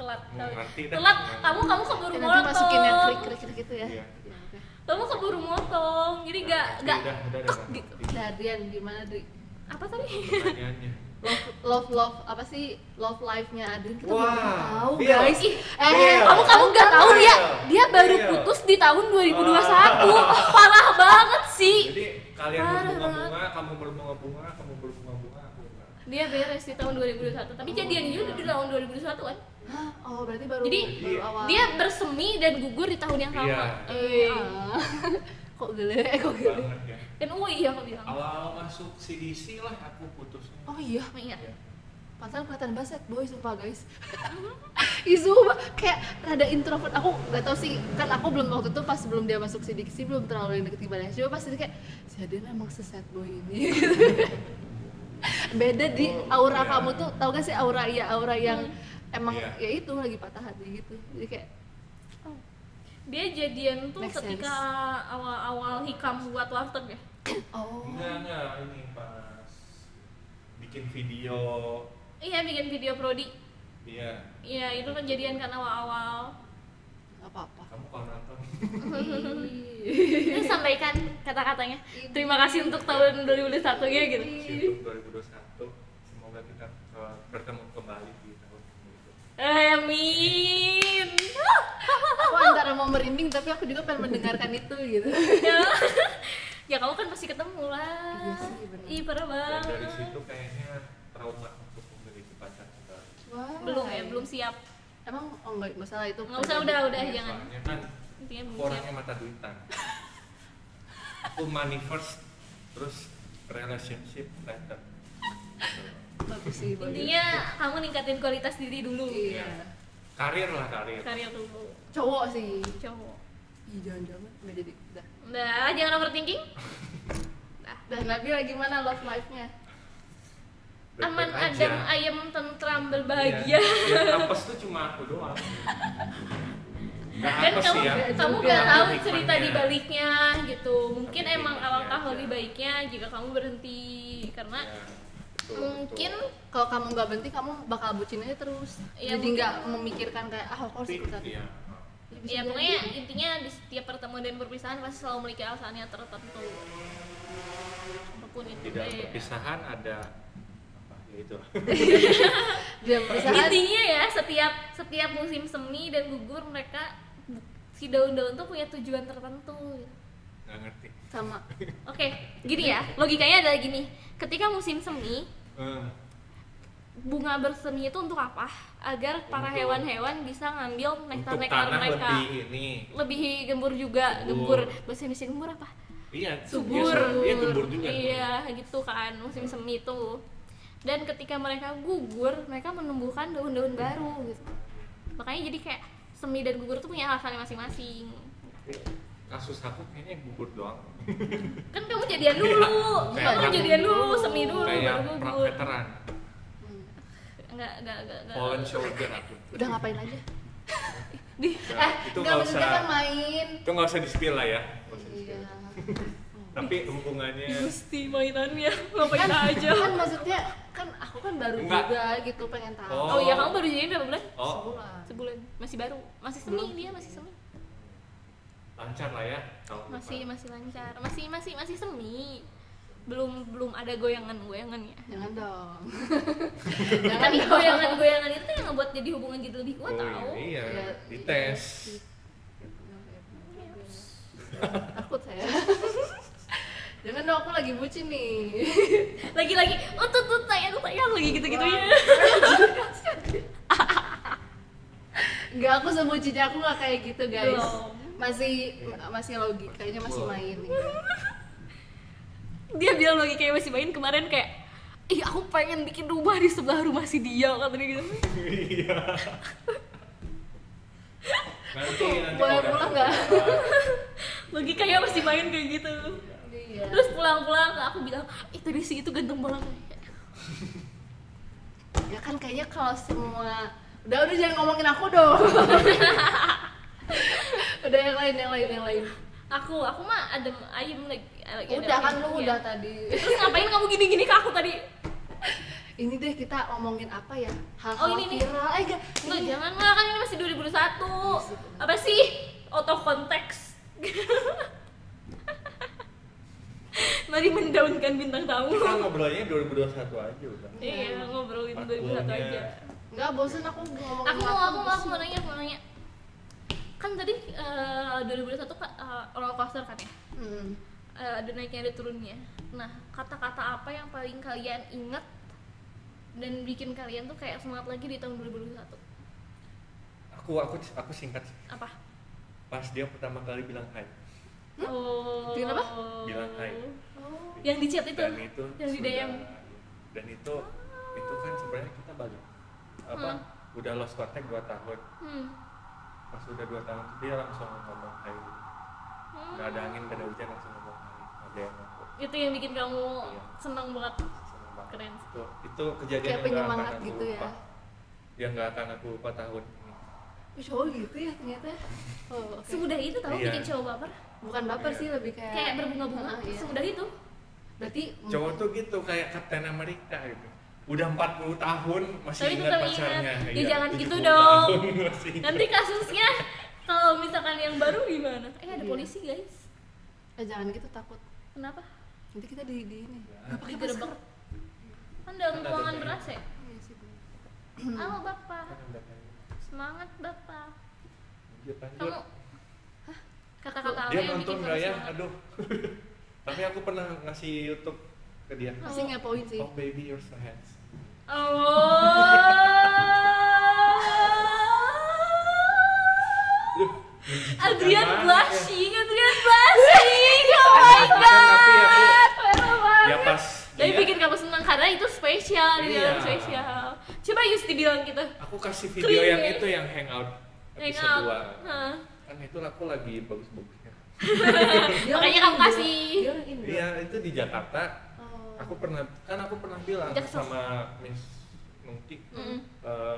[SPEAKER 2] telat
[SPEAKER 1] Mau ngerti dah.
[SPEAKER 2] telat kamu kamu keburu
[SPEAKER 3] Inggris. Ya,
[SPEAKER 2] motong
[SPEAKER 3] nanti masukin yang krik krik krik gitu ya.
[SPEAKER 1] Iya.
[SPEAKER 3] Ya, oke.
[SPEAKER 2] kamu keburu motong jadi gak
[SPEAKER 1] Udah,
[SPEAKER 2] gak
[SPEAKER 1] Nah, udah, udah,
[SPEAKER 2] kek
[SPEAKER 1] udah,
[SPEAKER 2] gitu
[SPEAKER 1] ngerti
[SPEAKER 3] Nah, Dian gimana Dri?
[SPEAKER 2] apa tadi
[SPEAKER 1] pertanyaannya.
[SPEAKER 3] Love, love, love, apa sih love life-nya Adrian? Kita
[SPEAKER 1] Wah, Iya.
[SPEAKER 3] belum tahu
[SPEAKER 1] Bill.
[SPEAKER 3] guys.
[SPEAKER 2] Ih,
[SPEAKER 3] eh,
[SPEAKER 1] Bill.
[SPEAKER 2] kamu kamu gak tahu ya dia baru
[SPEAKER 1] Iya.
[SPEAKER 2] putus di tahun 2021 parah banget sih
[SPEAKER 1] Jadi kalian
[SPEAKER 2] Parah.
[SPEAKER 1] berbunga-bunga, kamu berbunga-bunga, kamu berbunga-bunga, aku enggak.
[SPEAKER 2] dia beres di tahun 2021 tapi jadian juga di tahun 2021 kan
[SPEAKER 3] Hah? Oh berarti baru
[SPEAKER 2] Jadi,
[SPEAKER 3] baru awal.
[SPEAKER 2] dia bersemi dan gugur di tahun yang
[SPEAKER 1] Iya.
[SPEAKER 2] sama
[SPEAKER 3] Eh,
[SPEAKER 2] Eh.
[SPEAKER 3] ah. kok gele? Eh
[SPEAKER 2] Oh,
[SPEAKER 3] kok
[SPEAKER 2] iya.
[SPEAKER 3] gele?
[SPEAKER 1] Banget ya.
[SPEAKER 2] dan UI ya aku bilang
[SPEAKER 1] Awal-awal masuk CDC lah aku putusnya.
[SPEAKER 3] Oh iya,
[SPEAKER 2] Kamu ingat
[SPEAKER 1] Iya.
[SPEAKER 3] pantesan kelihatan baset boy sumpah guys Izu kayak rada introvert aku gak tau sih kan aku belum waktu itu pas sebelum dia masuk sidik sih belum terlalu deket gimana cuma pas itu kayak si Aden emang seset boy ini beda di
[SPEAKER 1] Oh,
[SPEAKER 3] aura
[SPEAKER 1] iya.
[SPEAKER 3] kamu tuh tau gak sih aura ya aura yang emang
[SPEAKER 1] Iya.
[SPEAKER 3] ya itu lagi patah hati gitu jadi kayak
[SPEAKER 2] dia jadian tuh
[SPEAKER 3] Make sense.
[SPEAKER 2] ketika awal-awal hikam buat warteg ya
[SPEAKER 3] oh
[SPEAKER 1] Enggak, enggak, ini pas bikin video
[SPEAKER 2] iya bikin video prodi
[SPEAKER 1] dia
[SPEAKER 2] iya itu kan jadian kan awal-awal
[SPEAKER 3] gak apa-apa
[SPEAKER 1] kamu kalau nonton
[SPEAKER 2] terus sampaikan kata-katanya terima kasih untuk tahun 2021 ya
[SPEAKER 3] Iya.
[SPEAKER 2] gitu
[SPEAKER 1] YouTube 2021 semoga kita ke- bertemu kembali di tahun ini.
[SPEAKER 2] Eh, amin
[SPEAKER 3] aku antara mau merinding tapi aku juga pengen mendengarkan itu gitu
[SPEAKER 2] ya kamu kan pasti ketemu lah
[SPEAKER 3] Iya sih, bener.
[SPEAKER 2] ih parah
[SPEAKER 1] Dan
[SPEAKER 2] banget
[SPEAKER 1] dari situ kayaknya trauma untuk memiliki pacar kembali.
[SPEAKER 3] Wah.
[SPEAKER 2] belum ya belum siap
[SPEAKER 3] emang oh nggak masalah itu Iya.
[SPEAKER 2] nggak usah udah udah iya.
[SPEAKER 1] Ya,
[SPEAKER 2] jangan
[SPEAKER 1] Soalnya kan
[SPEAKER 2] intinya
[SPEAKER 1] aku
[SPEAKER 2] belum siap
[SPEAKER 1] orangnya mata duitan. Aku money first, terus relationship later.
[SPEAKER 3] bagus sih bagus
[SPEAKER 2] intinya kamu ningkatin kualitas diri dulu
[SPEAKER 3] iya
[SPEAKER 1] Karir lah karir.
[SPEAKER 2] karir dulu
[SPEAKER 3] cowok sih
[SPEAKER 2] cowok
[SPEAKER 3] Ih, jangan-jangan nggak jadi udah Nah,
[SPEAKER 2] udah jangan overthinking
[SPEAKER 3] dan Nabila gimana love life-nya
[SPEAKER 1] Baik-baik
[SPEAKER 2] aman
[SPEAKER 1] aja.
[SPEAKER 2] adem ayem tentram
[SPEAKER 1] Iya.
[SPEAKER 2] berbahagia
[SPEAKER 1] Yang apes tuh cuma aku doang. Gak
[SPEAKER 2] kan
[SPEAKER 1] apes
[SPEAKER 2] kamu
[SPEAKER 1] ya.
[SPEAKER 2] kamu
[SPEAKER 3] Juga.
[SPEAKER 2] nggak tahu
[SPEAKER 1] Hikmahnya.
[SPEAKER 2] cerita di
[SPEAKER 1] Iya,
[SPEAKER 2] baliknya gitu mungkin
[SPEAKER 1] Tapi
[SPEAKER 2] emang
[SPEAKER 1] hikmahnya
[SPEAKER 2] alangkah
[SPEAKER 1] aja.
[SPEAKER 2] lebih baiknya jika kamu berhenti karena
[SPEAKER 1] Ya, betul,
[SPEAKER 2] mungkin
[SPEAKER 1] betul.
[SPEAKER 3] kalau kamu nggak berhenti kamu bakal bucin aja terus
[SPEAKER 2] Iya,
[SPEAKER 3] jadi
[SPEAKER 2] mungkin.
[SPEAKER 3] nggak memikirkan kayak ah aku harus
[SPEAKER 1] Tapi,
[SPEAKER 3] ikut
[SPEAKER 1] iya.
[SPEAKER 2] ya pokoknya intinya di setiap pertemuan dan perpisahan pasti selalu memiliki alasannya tertentu apapun itu
[SPEAKER 1] Di dalam
[SPEAKER 2] deh.
[SPEAKER 1] perpisahan ada apa ya itulah.
[SPEAKER 3] dia bersaat
[SPEAKER 2] intinya ya setiap setiap musim semi dan gugur mereka si daun-daun tuh punya tujuan tertentu gitu.
[SPEAKER 1] Gak ngerti.
[SPEAKER 3] sama
[SPEAKER 2] oke gini ya logikanya adalah gini ketika musim semi
[SPEAKER 1] Eh,
[SPEAKER 2] bunga bersemi itu untuk apa agar para
[SPEAKER 1] Untuk-
[SPEAKER 2] hewan-hewan bisa ngambil nektar
[SPEAKER 1] untuk
[SPEAKER 2] nektar
[SPEAKER 1] tanah
[SPEAKER 2] mereka
[SPEAKER 1] lebih ini.
[SPEAKER 2] lebih gembur juga
[SPEAKER 1] Gembur.
[SPEAKER 2] gembur bahasa Indonesia gembur apa
[SPEAKER 1] Iya,
[SPEAKER 2] subur
[SPEAKER 1] biasa- Iya, gembur juga.
[SPEAKER 2] iya gitu kan musim semi itu dan ketika mereka gugur mereka menumbuhkan daun-daun baru gitu makanya jadi kayak semi dan gugur tuh punya alasannya masing-masing
[SPEAKER 1] Kasus aku kayaknya gugur doang.
[SPEAKER 3] Oh,
[SPEAKER 2] kan kamu jadian dulu
[SPEAKER 1] Iya. Kayak
[SPEAKER 2] kamu
[SPEAKER 1] aku-
[SPEAKER 2] jadian dulu semi dulu
[SPEAKER 1] Kayak
[SPEAKER 2] baru
[SPEAKER 1] perang
[SPEAKER 2] gugur
[SPEAKER 1] veteran.
[SPEAKER 3] Hmm.
[SPEAKER 2] nggak nggak nggak nggak.
[SPEAKER 1] Fallen soldier aku.
[SPEAKER 3] udah ngapain
[SPEAKER 1] Ya,
[SPEAKER 3] aja
[SPEAKER 1] itu
[SPEAKER 3] eh nggak
[SPEAKER 1] nggak
[SPEAKER 3] maksudnya
[SPEAKER 1] usah.
[SPEAKER 3] kan main
[SPEAKER 1] Itu nggak usah di-spill lah ya. Nggak usah
[SPEAKER 3] iya
[SPEAKER 1] di-spill. Tapi hubungannya
[SPEAKER 2] Gusti mainannya ngapain aja
[SPEAKER 3] kan maksudnya kan aku kan baru
[SPEAKER 1] Enggak.
[SPEAKER 3] juga gitu pengen tahu
[SPEAKER 2] oh iya kamu baru jadian berapa bulan
[SPEAKER 1] oh
[SPEAKER 3] sebulan
[SPEAKER 2] sebulan masih baru masih semi dia masih semi
[SPEAKER 1] lancar lah ya. Tahun
[SPEAKER 2] masih
[SPEAKER 1] depan.
[SPEAKER 2] masih lancar masih masih masih semi belum belum ada goyangan goyangannya
[SPEAKER 3] jangan dong
[SPEAKER 2] tapi goyangan goyangan itu kan yang ngebuat jadi hubungan jadi lebih kuat tau
[SPEAKER 1] Oh, iya,
[SPEAKER 3] Iya.
[SPEAKER 1] dites.
[SPEAKER 3] takut saya jangan dong aku lagi bucin nih
[SPEAKER 2] lagi-lagi "Oh, utut utut sayang sayang lagi gitu gitunya
[SPEAKER 3] nggak aku sebucinnya aku nggak kayak gitu guys
[SPEAKER 2] Belum.
[SPEAKER 3] masih masih logik kayaknya masih main nih
[SPEAKER 2] dia bilang lagi kayak masih main kemarin kayak ih aku pengen bikin rumah di sebelah rumah si dia katanya gitu
[SPEAKER 1] Iya. Nanti nanti
[SPEAKER 3] Boleh
[SPEAKER 1] kalau
[SPEAKER 3] pulang
[SPEAKER 1] udah-
[SPEAKER 3] nggak?
[SPEAKER 2] masih main kayak gitu
[SPEAKER 3] Iya.
[SPEAKER 2] terus pulang-pulang aku bilang eh tadi si itu ganteng banget
[SPEAKER 3] Ya kan kayaknya kalau semua udah udah jangan ngomongin aku dong. udah yang lain yang lain yang lain.
[SPEAKER 2] aku aku mah adem ayem lagi lagi
[SPEAKER 3] Udah
[SPEAKER 2] adem
[SPEAKER 3] kan
[SPEAKER 2] ayem,
[SPEAKER 3] lu
[SPEAKER 2] iya.
[SPEAKER 3] udah tadi.
[SPEAKER 2] terus ngapain kamu gini-gini ke aku tadi
[SPEAKER 3] Ini deh kita ngomongin apa ya? Hal-hal
[SPEAKER 2] Oh, ini nih.
[SPEAKER 3] viral. Eh enggak.
[SPEAKER 2] Enggak, jangan lah kan ini masih 2021 apa sih out of context mari mendaunkan bintang tamu
[SPEAKER 1] Kita ngobrolnya 2021 aja udah.
[SPEAKER 2] iya ngobrolin 2021
[SPEAKER 1] Pakulnya.
[SPEAKER 2] aja
[SPEAKER 3] Enggak bosen aku ngomongin
[SPEAKER 2] aku mau aku mau aku
[SPEAKER 3] bosen.
[SPEAKER 2] mau nanya mau nanya kan tadi eh, 2021 ka- eh, roller coaster kan ya
[SPEAKER 3] Hmm.
[SPEAKER 2] Eh, ada naiknya ada turunnya nah kata-kata apa yang paling kalian inget dan bikin kalian tuh kayak semangat lagi di tahun 2021
[SPEAKER 1] Aku aku aku singkat sih.
[SPEAKER 2] apa
[SPEAKER 1] Pas dia pertama kali bilang hai.
[SPEAKER 2] oh
[SPEAKER 3] Bikin apa?
[SPEAKER 1] Bilang hai.
[SPEAKER 3] Oh.
[SPEAKER 2] yang di chat itu
[SPEAKER 1] Dan itu
[SPEAKER 2] yang di
[SPEAKER 1] sudah-
[SPEAKER 2] DM
[SPEAKER 1] Dan itu itu kan sebenarnya kita balik apa udah lost contact 2 tahun.
[SPEAKER 2] hmm.
[SPEAKER 1] Pas udah 2 tahun tuh dia langsung ngomong hai.
[SPEAKER 2] Hmm.
[SPEAKER 1] Nggak ada angin, nggak ada hujan langsung ngomong hai. Ada yang ngaku.
[SPEAKER 2] itu yang bikin kamu
[SPEAKER 1] Iya.
[SPEAKER 2] senang banget
[SPEAKER 1] Seneng banget.
[SPEAKER 2] Keren.
[SPEAKER 1] Itu, itu kejadian
[SPEAKER 3] Kayak
[SPEAKER 1] yang nggak akan
[SPEAKER 3] penyemangat
[SPEAKER 1] aku
[SPEAKER 3] gitu ya.
[SPEAKER 1] lupa. Yang nggak akan aku lupa tahun ini.
[SPEAKER 3] Ih, cowok gitu ya ternyata. Oh, oke.
[SPEAKER 2] semudah itu tau
[SPEAKER 1] Iya.
[SPEAKER 2] bikin cowok baper
[SPEAKER 3] Bukan baper
[SPEAKER 1] Iya.
[SPEAKER 3] sih lebih kayak
[SPEAKER 2] kayak berbunga-bunga
[SPEAKER 3] Ah, iya.
[SPEAKER 2] semudah itu
[SPEAKER 3] Berarti
[SPEAKER 1] Cowok tuh gitu kayak Captain America gitu. Udah 40 tahun masih
[SPEAKER 2] Tapi
[SPEAKER 1] ingat
[SPEAKER 2] tetap
[SPEAKER 1] pacarnya.
[SPEAKER 2] ingat. Ya
[SPEAKER 1] Iya,
[SPEAKER 2] jangan gitu
[SPEAKER 1] 70
[SPEAKER 2] dong. Kan-
[SPEAKER 1] tahun masih ingat.
[SPEAKER 2] nanti kasusnya kalau misalkan yang baru gimana eh ada
[SPEAKER 3] Iya.
[SPEAKER 2] polisi guys
[SPEAKER 3] eh, jangan gitu takut.
[SPEAKER 2] kenapa
[SPEAKER 3] Nanti kita di di ini. Oh,
[SPEAKER 1] Ya.
[SPEAKER 3] Nggak pakai masker.
[SPEAKER 2] Digerebek. kan dalam
[SPEAKER 1] Kan ada
[SPEAKER 2] ruangan
[SPEAKER 1] kayak-
[SPEAKER 2] beras ya
[SPEAKER 3] Iya sih, bener.
[SPEAKER 2] halo bapak
[SPEAKER 1] Kan udah kayak,
[SPEAKER 2] semangat bapak
[SPEAKER 1] lanjut, lanjut.
[SPEAKER 2] kamu kata-kata apa
[SPEAKER 3] Iya,
[SPEAKER 1] dia
[SPEAKER 2] yang
[SPEAKER 1] nonton ya?
[SPEAKER 2] bikin kamu
[SPEAKER 1] Raya,
[SPEAKER 2] semangat
[SPEAKER 1] aduh. Tapi aku pernah ngasih YouTube ke dia.
[SPEAKER 3] Pasti ngepoin sih.
[SPEAKER 1] Oh baby, you're so handsome.
[SPEAKER 2] oh
[SPEAKER 1] Aduh, menjijikan
[SPEAKER 2] Adrian
[SPEAKER 1] banget ya.
[SPEAKER 2] blushing, Adrian blushing, oh my
[SPEAKER 1] Tapi kan, tapi
[SPEAKER 2] god.
[SPEAKER 1] aku-
[SPEAKER 2] Parah banget.
[SPEAKER 1] Ya pas.
[SPEAKER 2] Jadi
[SPEAKER 1] dia-
[SPEAKER 2] bikin kamu senang karena itu spesial, dia
[SPEAKER 1] Iya.
[SPEAKER 2] bilang spesial. Coba Yusti bilang gitu.
[SPEAKER 1] Aku kasih video
[SPEAKER 2] Cringe.
[SPEAKER 1] yang
[SPEAKER 3] Iya.
[SPEAKER 1] itu yang hangout
[SPEAKER 2] Hang
[SPEAKER 1] episode
[SPEAKER 2] out.
[SPEAKER 1] 2
[SPEAKER 2] Hah.
[SPEAKER 1] kan itu aku lagi bagus-bagusnya
[SPEAKER 3] Dia
[SPEAKER 2] Makanya
[SPEAKER 3] orang
[SPEAKER 2] kamu
[SPEAKER 3] Indo.
[SPEAKER 2] kasih.
[SPEAKER 3] Dia orang Indo.
[SPEAKER 1] iya itu di Jakarta
[SPEAKER 3] Oh.
[SPEAKER 1] aku pernah kan aku pernah bilang
[SPEAKER 2] Jaksel.
[SPEAKER 1] sama Miss Nungki
[SPEAKER 2] Mm.
[SPEAKER 1] eh,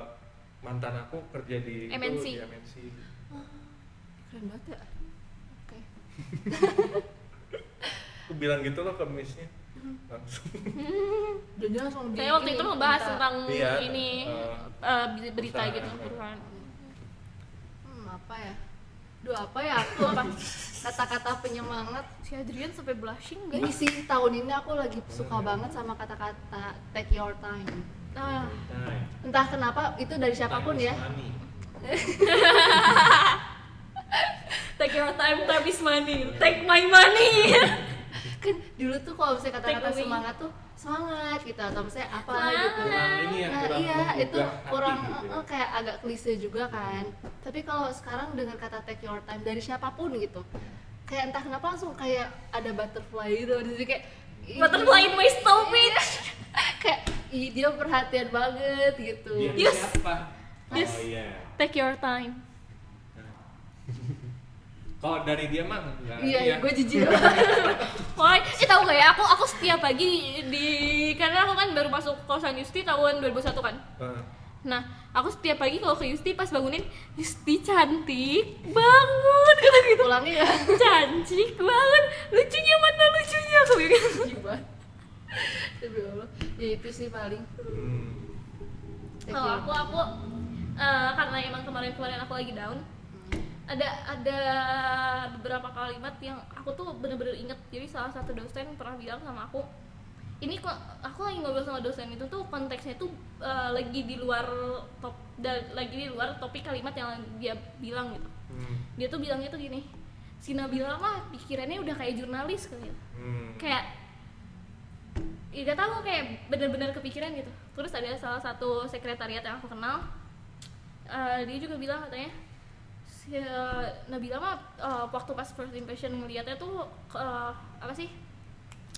[SPEAKER 1] mantan aku kerja di itu,
[SPEAKER 2] MNC.
[SPEAKER 1] di MNC
[SPEAKER 3] keren banget ya. Oke.
[SPEAKER 1] aku bilang gitu loh ke Missnya
[SPEAKER 3] Mm-hmm.
[SPEAKER 1] langsung
[SPEAKER 3] Dan dia langsung lebih
[SPEAKER 2] Saya waktu
[SPEAKER 3] ini,
[SPEAKER 2] itu ngebahas
[SPEAKER 3] minta,
[SPEAKER 2] tentang
[SPEAKER 1] Iya,
[SPEAKER 2] ini
[SPEAKER 1] eh,
[SPEAKER 2] eh, berita
[SPEAKER 1] perusahaan.
[SPEAKER 2] gitu perusahaan.
[SPEAKER 3] Hmm, apa ya? Duh, apa ya aku apa? Kata-kata penyemangat
[SPEAKER 2] Si Adrian sampai blushing
[SPEAKER 3] ini
[SPEAKER 2] guys.
[SPEAKER 3] sih tahun ini aku lagi suka banget sama kata-kata take your time. Ah.
[SPEAKER 2] Nah,
[SPEAKER 3] Entah kenapa itu dari siapapun ya.
[SPEAKER 2] take your time, time is money. Take my money.
[SPEAKER 3] Kan dulu tuh kalau misalnya kata-kata
[SPEAKER 2] Take away.
[SPEAKER 3] semangat tuh semangat gitu atau misalnya apa gitu.
[SPEAKER 1] kurang ini ya
[SPEAKER 3] Nah
[SPEAKER 1] kurang
[SPEAKER 3] iya
[SPEAKER 1] menggugah
[SPEAKER 3] itu
[SPEAKER 1] hati
[SPEAKER 3] kurang
[SPEAKER 1] gitu ya.
[SPEAKER 3] eh, kayak agak klise juga kan. Tapi kalau sekarang dengan kata take your time dari siapapun gitu, kayak entah kenapa langsung kayak ada butterfly gitu di sini kayak ih,
[SPEAKER 2] Butterfly in my stomach.
[SPEAKER 3] kayak ih, dia perhatian banget gitu.
[SPEAKER 1] Dia
[SPEAKER 2] Yes.
[SPEAKER 1] siapa
[SPEAKER 2] Yes.
[SPEAKER 1] oh iya
[SPEAKER 2] Take your time.
[SPEAKER 1] kalau dari dia mah enggak
[SPEAKER 3] Iya,
[SPEAKER 1] iya.
[SPEAKER 3] gue jijik banget.
[SPEAKER 2] Woi, eh tahu gak ya? Aku aku setiap pagi di, di- karena aku kan baru masuk kosan Yusti tahun 2001 kan.
[SPEAKER 1] Eh,
[SPEAKER 2] Nah, aku setiap pagi kalau ke Yusti pas bangunin, Yusti cantik bangun kata gitu.
[SPEAKER 3] Pulangnya ya
[SPEAKER 2] Cantik banget, lucunya mana lucunya aku bilang.
[SPEAKER 3] jijik banget. Demi Allah. Ya itu sih paling.
[SPEAKER 1] hmm.
[SPEAKER 3] Take
[SPEAKER 2] Kalau
[SPEAKER 3] your
[SPEAKER 2] aku aku eh, karena emang kemarin-kemarin aku lagi down, ada ada beberapa kalimat yang aku tuh bener-bener inget jadi salah satu dosen pernah bilang sama aku ini kok aku lagi ngobrol sama dosen itu tuh konteksnya tuh eh, lagi di luar top da- lagi di luar topik kalimat yang dia bilang gitu
[SPEAKER 1] Hmm.
[SPEAKER 2] dia tuh bilangnya tuh gini si Nabila mah pikirannya udah kayak jurnalis kali ya."
[SPEAKER 1] Hmm.
[SPEAKER 2] kayak ya gak tau kayak bener-bener kepikiran gitu terus ada salah satu sekretariat yang aku kenal eh, dia juga bilang katanya si eh, Nabila mah eh, waktu pas first impression ngeliatnya tuh eh, apa sih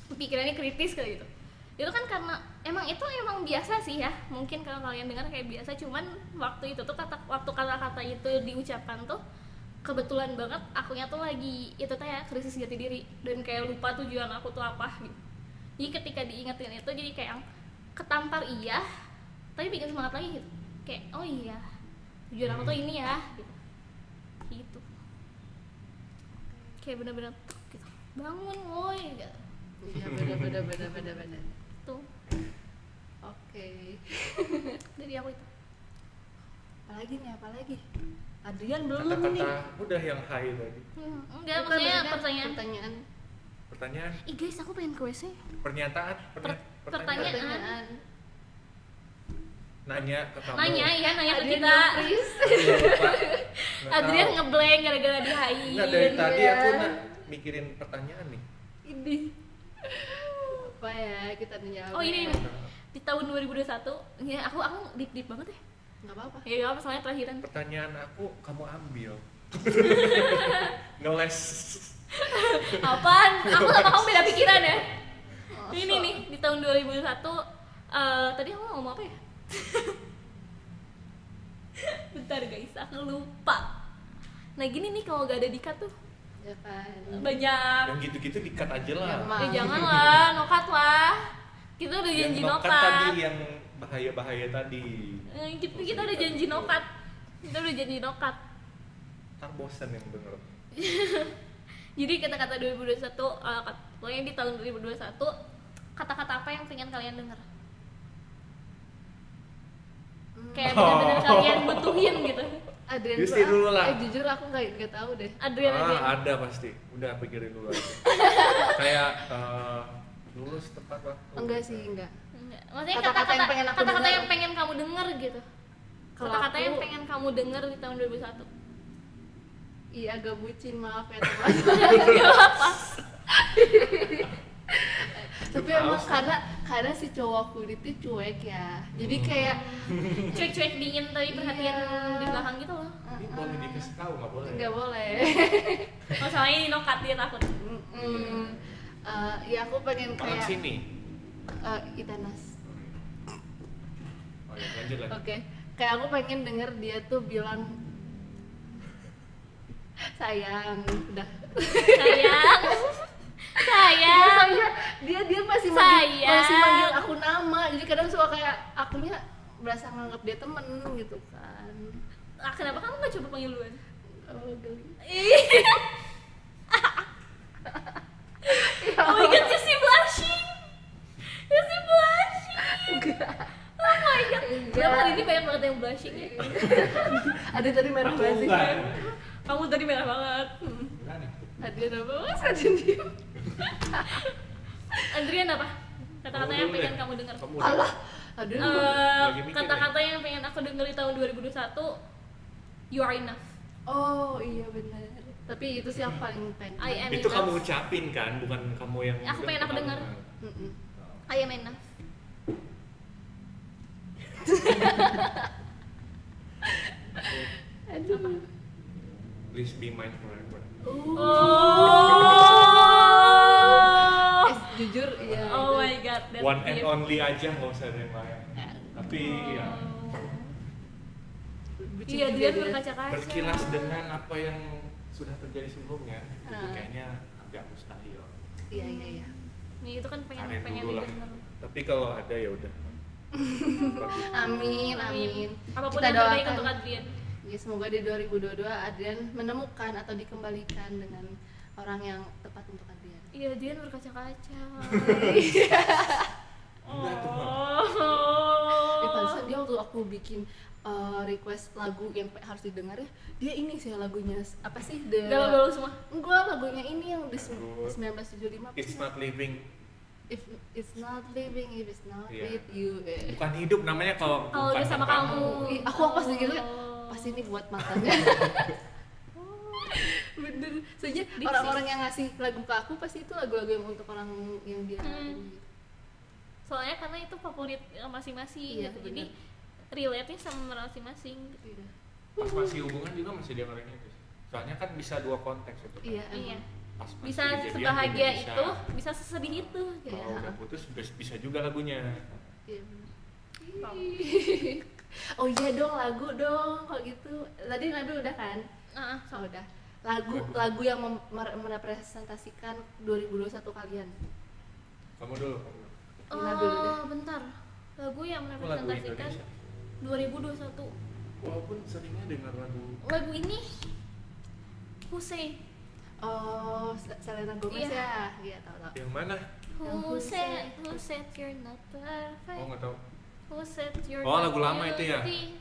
[SPEAKER 2] pikirannya kritis kayak gitu itu kan karena emang itu emang biasa sih ya mungkin kalau kalian dengar kayak biasa cuman waktu itu tuh kata waktu kata-kata itu diucapkan tuh kebetulan banget akunya tuh lagi itu teh ya krisis jati diri dan kayak lupa tujuan aku tuh apa gitu jadi ketika diingetin itu jadi kayak yang ketampar iya tapi bikin semangat lagi gitu kayak oh iya tujuan aku
[SPEAKER 1] Hmm.
[SPEAKER 2] tuh ini ya gitu gitu kayak bener-bener tuk gitu bangun woi gitu.
[SPEAKER 3] Iya benar benar benar benar benar.
[SPEAKER 2] tuh
[SPEAKER 3] Oke.
[SPEAKER 2] dari aku itu
[SPEAKER 3] Apalagi nih apalagi? Adrian belum nih.
[SPEAKER 1] kata-kata udah yang high tadi
[SPEAKER 2] Hmm,
[SPEAKER 1] kan
[SPEAKER 2] enggak
[SPEAKER 3] Bukan,
[SPEAKER 2] maksudnya
[SPEAKER 3] maksudnya
[SPEAKER 2] pertanyaan
[SPEAKER 3] Pertanyaan.
[SPEAKER 1] pertanyaan
[SPEAKER 2] ih guys aku pengen ke WC
[SPEAKER 1] pernyataan pernya-
[SPEAKER 2] Per-
[SPEAKER 1] pertanyaan
[SPEAKER 2] pertanyaan.
[SPEAKER 1] nanya ke kamu
[SPEAKER 2] nanya ya nanya ke
[SPEAKER 3] Adrian
[SPEAKER 2] kita
[SPEAKER 3] yang freeze.
[SPEAKER 1] Aduh, lupa. Nggak
[SPEAKER 2] Adrian iya.
[SPEAKER 1] tahu.
[SPEAKER 2] ngeblank gara-gara dihain
[SPEAKER 1] Nggak, dari tadi
[SPEAKER 3] ya.
[SPEAKER 1] aku nak mikirin pertanyaan nih
[SPEAKER 3] Ini. Apa ya kita menjawab?
[SPEAKER 2] Oh, ini, ini. di tahun 2021 ya aku aku deep deep banget ya
[SPEAKER 3] Enggak apa-apa.
[SPEAKER 2] ya apa soalnya terakhiran
[SPEAKER 1] pertanyaan aku kamu ambil ngeles
[SPEAKER 2] apaan aku sama kamu beda pikiran ya
[SPEAKER 3] Oh,
[SPEAKER 2] ini nih di tahun 2021 eh tadi aku ngomong apa ya bentar guys aku lupa nah gini nih kalau gak ada dikat tuh
[SPEAKER 3] Ya kan.
[SPEAKER 2] banyak
[SPEAKER 1] yang gitu-gitu dikat aja lah
[SPEAKER 3] Ya, Ma.
[SPEAKER 2] ya jangan lah nokat lah kita udah
[SPEAKER 1] yang
[SPEAKER 2] janji
[SPEAKER 1] nokat
[SPEAKER 2] nokat
[SPEAKER 1] tadi yang bahaya-bahaya tadi
[SPEAKER 2] Eh, kita, kita udah janji nokat kita udah janji nokat
[SPEAKER 1] ntar bosan yang denger
[SPEAKER 2] Jadi kata-kata 2021, eh, kat- pokoknya di tahun 2021 kata-kata apa yang pengen kalian dengar?
[SPEAKER 3] Hmm.
[SPEAKER 2] Kayak benar-benar kalian butuhin gitu.
[SPEAKER 3] Adrian
[SPEAKER 1] Justi
[SPEAKER 3] ah,
[SPEAKER 1] dulu lah.
[SPEAKER 3] Eh jujur aku nggak nggak tahu deh.
[SPEAKER 2] Adrian Adrian.
[SPEAKER 1] ah, ada pasti udah pikirin dulu aja kayak eh, lulus tepat waktu
[SPEAKER 3] Enggak sih enggak.
[SPEAKER 2] Enggak. Maksudnya
[SPEAKER 3] Kata-kata
[SPEAKER 2] kata-kata
[SPEAKER 3] yang pengen aku
[SPEAKER 2] kata-kata
[SPEAKER 3] dengar.
[SPEAKER 2] yang pengen kamu dengar gitu.
[SPEAKER 3] Kalau
[SPEAKER 2] Kata-kata yang
[SPEAKER 3] aku-
[SPEAKER 2] pengen kamu dengar di tahun 2021.
[SPEAKER 3] Iya agak bucin maaf ya teman. Tapi emang
[SPEAKER 1] ya.
[SPEAKER 3] karena karena si cowokku itu cuek ya. Jadi
[SPEAKER 1] Hmm.
[SPEAKER 3] kayak
[SPEAKER 2] Cuek-cuek dingin tapi perhatian
[SPEAKER 3] Iya.
[SPEAKER 2] di belakang gitu loh.
[SPEAKER 1] ini boleh dikasih Iya. tahu nggak boleh
[SPEAKER 3] eh, nggak boleh.
[SPEAKER 2] Masalahnya ini nokat dia takut.
[SPEAKER 3] Mm, eh, ya aku pengen
[SPEAKER 1] Makan
[SPEAKER 3] kayak
[SPEAKER 1] sini
[SPEAKER 3] eh, Itanas.
[SPEAKER 1] oh ya lanjut
[SPEAKER 3] Oke,
[SPEAKER 1] lagi
[SPEAKER 3] kayak aku pengen denger dia tuh bilang sayang udah
[SPEAKER 2] Sayang. Sayang.
[SPEAKER 3] Iya, dia dia masih manggil,
[SPEAKER 2] Sayang.
[SPEAKER 3] masih manggil aku nama jadi kadang suka kayak akunya berasa nganggap dia temen gitu kan
[SPEAKER 2] Ah, kenapa kamu gak coba panggil duluan?
[SPEAKER 3] oh, geli.
[SPEAKER 2] Ih. oh my god, Jesse blushing. Jesse blushing. Oh my god.
[SPEAKER 3] Enggak.
[SPEAKER 2] Kenapa hari ini banyak banget yang blushing ya?
[SPEAKER 3] ada tadi merah
[SPEAKER 1] Aku
[SPEAKER 3] banget sih
[SPEAKER 1] enggak.
[SPEAKER 3] kan
[SPEAKER 2] Kamu tadi merah banget.
[SPEAKER 1] Berani.
[SPEAKER 3] ada apa mas ada dia
[SPEAKER 2] Andrian apa? Kata-kata
[SPEAKER 1] Kamu
[SPEAKER 2] yang
[SPEAKER 1] dulu
[SPEAKER 2] pengen
[SPEAKER 1] deh.
[SPEAKER 2] kamu dengar.
[SPEAKER 1] Kamu udah.
[SPEAKER 3] Allah aduh
[SPEAKER 2] Eh,
[SPEAKER 1] Lagi mikir
[SPEAKER 2] Kata-kata yang pengen aku dengar di tahun 2021 You are enough.
[SPEAKER 3] oh iya benar tapi itu sih yang paling pengen
[SPEAKER 2] I am
[SPEAKER 1] itu kamu
[SPEAKER 2] enough.
[SPEAKER 1] ucapin kan bukan kamu yang
[SPEAKER 2] Aku pengen aku dengar.
[SPEAKER 3] Mm-mm.
[SPEAKER 2] I am enough.
[SPEAKER 3] aduh
[SPEAKER 1] please be mine forever
[SPEAKER 2] Oh.
[SPEAKER 3] Eh, jujur iya
[SPEAKER 2] Oh
[SPEAKER 3] itu.
[SPEAKER 2] my god. that's
[SPEAKER 1] one and
[SPEAKER 2] deep.
[SPEAKER 1] only aja nggak usah ada yang lain
[SPEAKER 2] Iya.
[SPEAKER 1] tapi ya
[SPEAKER 3] Bucin
[SPEAKER 2] Iya
[SPEAKER 3] juga
[SPEAKER 2] dia berkaca-kaca.
[SPEAKER 1] berkilas dengan apa yang sudah terjadi sebelumnya itu
[SPEAKER 3] Ah.
[SPEAKER 1] kayaknya agak mustahil
[SPEAKER 3] iya iya iya
[SPEAKER 2] Nih itu kan pengen
[SPEAKER 1] Karir
[SPEAKER 2] pengen
[SPEAKER 1] dulu lah.
[SPEAKER 2] didengar.
[SPEAKER 1] tapi kalau ada ya udah Bagus.
[SPEAKER 3] amin amin
[SPEAKER 2] Apapun
[SPEAKER 3] Kita
[SPEAKER 2] yang terbaik
[SPEAKER 3] doakan.
[SPEAKER 2] untuk Adrian.
[SPEAKER 3] Ya, semoga di 2022 Adrian menemukan atau dikembalikan dengan orang yang tepat untuk Adrian. Eh,
[SPEAKER 2] Iya Adrian berkaca-kaca.
[SPEAKER 3] Iya.
[SPEAKER 1] Enggak tuh, Mam.
[SPEAKER 2] Oh.
[SPEAKER 3] Eh, pantesan dia waktu aku bikin uh, request lagu yang pe- harus didengar ya, dia ini sih lagunya s- apa sih the
[SPEAKER 2] Galau-galau semua.
[SPEAKER 3] Enggak, lagunya ini yang di sem-
[SPEAKER 1] Lagu
[SPEAKER 3] 1975 apa
[SPEAKER 1] it's
[SPEAKER 3] sih?
[SPEAKER 1] not living
[SPEAKER 3] If it's not living if it's not
[SPEAKER 1] Iya.
[SPEAKER 3] with you. eh.
[SPEAKER 1] bukan hidup namanya kalau
[SPEAKER 2] Kalau
[SPEAKER 1] bukan
[SPEAKER 2] udah sama kamu.
[SPEAKER 3] Ih, aku aku pas gitu ya,
[SPEAKER 2] Oh.
[SPEAKER 3] pasti ini buat matanya. Bener. Soalnya
[SPEAKER 2] Deep
[SPEAKER 3] orang-orang yang ngasih lagu ke aku pasti itu lagu-lagu yang untuk orang yang dia
[SPEAKER 2] Hmm. Soalnya karena itu favorit eh, masing-masing
[SPEAKER 3] Iya,
[SPEAKER 2] gitu. Jadi relate-nya sama masing-masing.
[SPEAKER 3] Iya.
[SPEAKER 1] pas masih hubungan juga masih dengerin itu soalnya kan bisa dua konteks itu kan.
[SPEAKER 3] Iya.
[SPEAKER 2] Iya.
[SPEAKER 3] emang.
[SPEAKER 1] Pas masih
[SPEAKER 2] Bisa
[SPEAKER 1] kejadian juga
[SPEAKER 2] sebahagia
[SPEAKER 1] bisa.
[SPEAKER 2] itu, bisa sesedih itu. gitu.
[SPEAKER 1] kalau udah putus bes- bisa juga lagunya
[SPEAKER 3] Iya, bener.
[SPEAKER 2] Tom.
[SPEAKER 3] Oh iya dong lagu dong kalau gitu. Tadi Nadu udah kan?
[SPEAKER 2] Ah, ah,
[SPEAKER 3] Oh, udah. lagu
[SPEAKER 1] Iya.
[SPEAKER 3] lagu yang mem- mer- merepresentasikan 2021 kalian
[SPEAKER 1] Kamu dulu. kamu dulu.
[SPEAKER 3] Mila dulu deh.
[SPEAKER 2] Eh, bentar lagu yang
[SPEAKER 1] Aku lagu
[SPEAKER 2] merepresentasikan
[SPEAKER 1] Indonesia.
[SPEAKER 2] 2021
[SPEAKER 1] Walaupun seringnya dengar lagu
[SPEAKER 2] lagu ini who say
[SPEAKER 3] oh Se- Selena Gomez
[SPEAKER 2] Iya.
[SPEAKER 3] ya iya tahu tahu
[SPEAKER 1] yang mana?
[SPEAKER 3] Yang
[SPEAKER 2] who
[SPEAKER 3] Who
[SPEAKER 2] said
[SPEAKER 3] Said.
[SPEAKER 2] who said you're not
[SPEAKER 1] Oh
[SPEAKER 2] perfect
[SPEAKER 1] nggak tahu.
[SPEAKER 2] who said you're
[SPEAKER 5] Oh,
[SPEAKER 2] not
[SPEAKER 5] lagu lama itu ya?
[SPEAKER 2] beauty.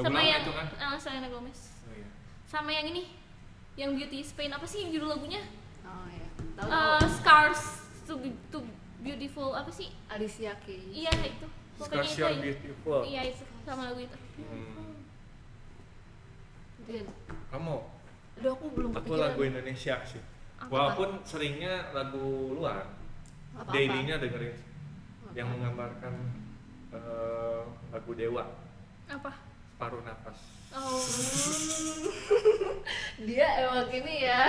[SPEAKER 5] Lagu
[SPEAKER 2] sama
[SPEAKER 5] lama
[SPEAKER 2] yang
[SPEAKER 5] itu kan?
[SPEAKER 2] ah, Selena Gomez
[SPEAKER 5] Oh, iya.
[SPEAKER 2] sama yang ini yang Beauty Spain apa sih judul lagunya
[SPEAKER 3] oh iya tahu
[SPEAKER 2] Eh, Scars to, Be- to Beautiful apa sih
[SPEAKER 3] Alicia Keys
[SPEAKER 2] iya itu pokoknya itu
[SPEAKER 1] Scars You're
[SPEAKER 2] aja.
[SPEAKER 1] Beautiful.
[SPEAKER 2] iya itu sama lagu itu
[SPEAKER 1] Hmm.
[SPEAKER 3] Din,
[SPEAKER 1] Kamu?
[SPEAKER 3] aduh aku belum
[SPEAKER 1] Aku
[SPEAKER 3] kepikiran.
[SPEAKER 1] lagu Indonesia sih.
[SPEAKER 2] Apa?
[SPEAKER 1] Walaupun seringnya lagu luar,
[SPEAKER 3] Apa-apa.
[SPEAKER 1] dailynya dengerin yang
[SPEAKER 3] Apa?
[SPEAKER 1] menggambarkan eh, lagu dewa
[SPEAKER 2] apa
[SPEAKER 1] paruh napas.
[SPEAKER 2] oh
[SPEAKER 3] dia emang gini ya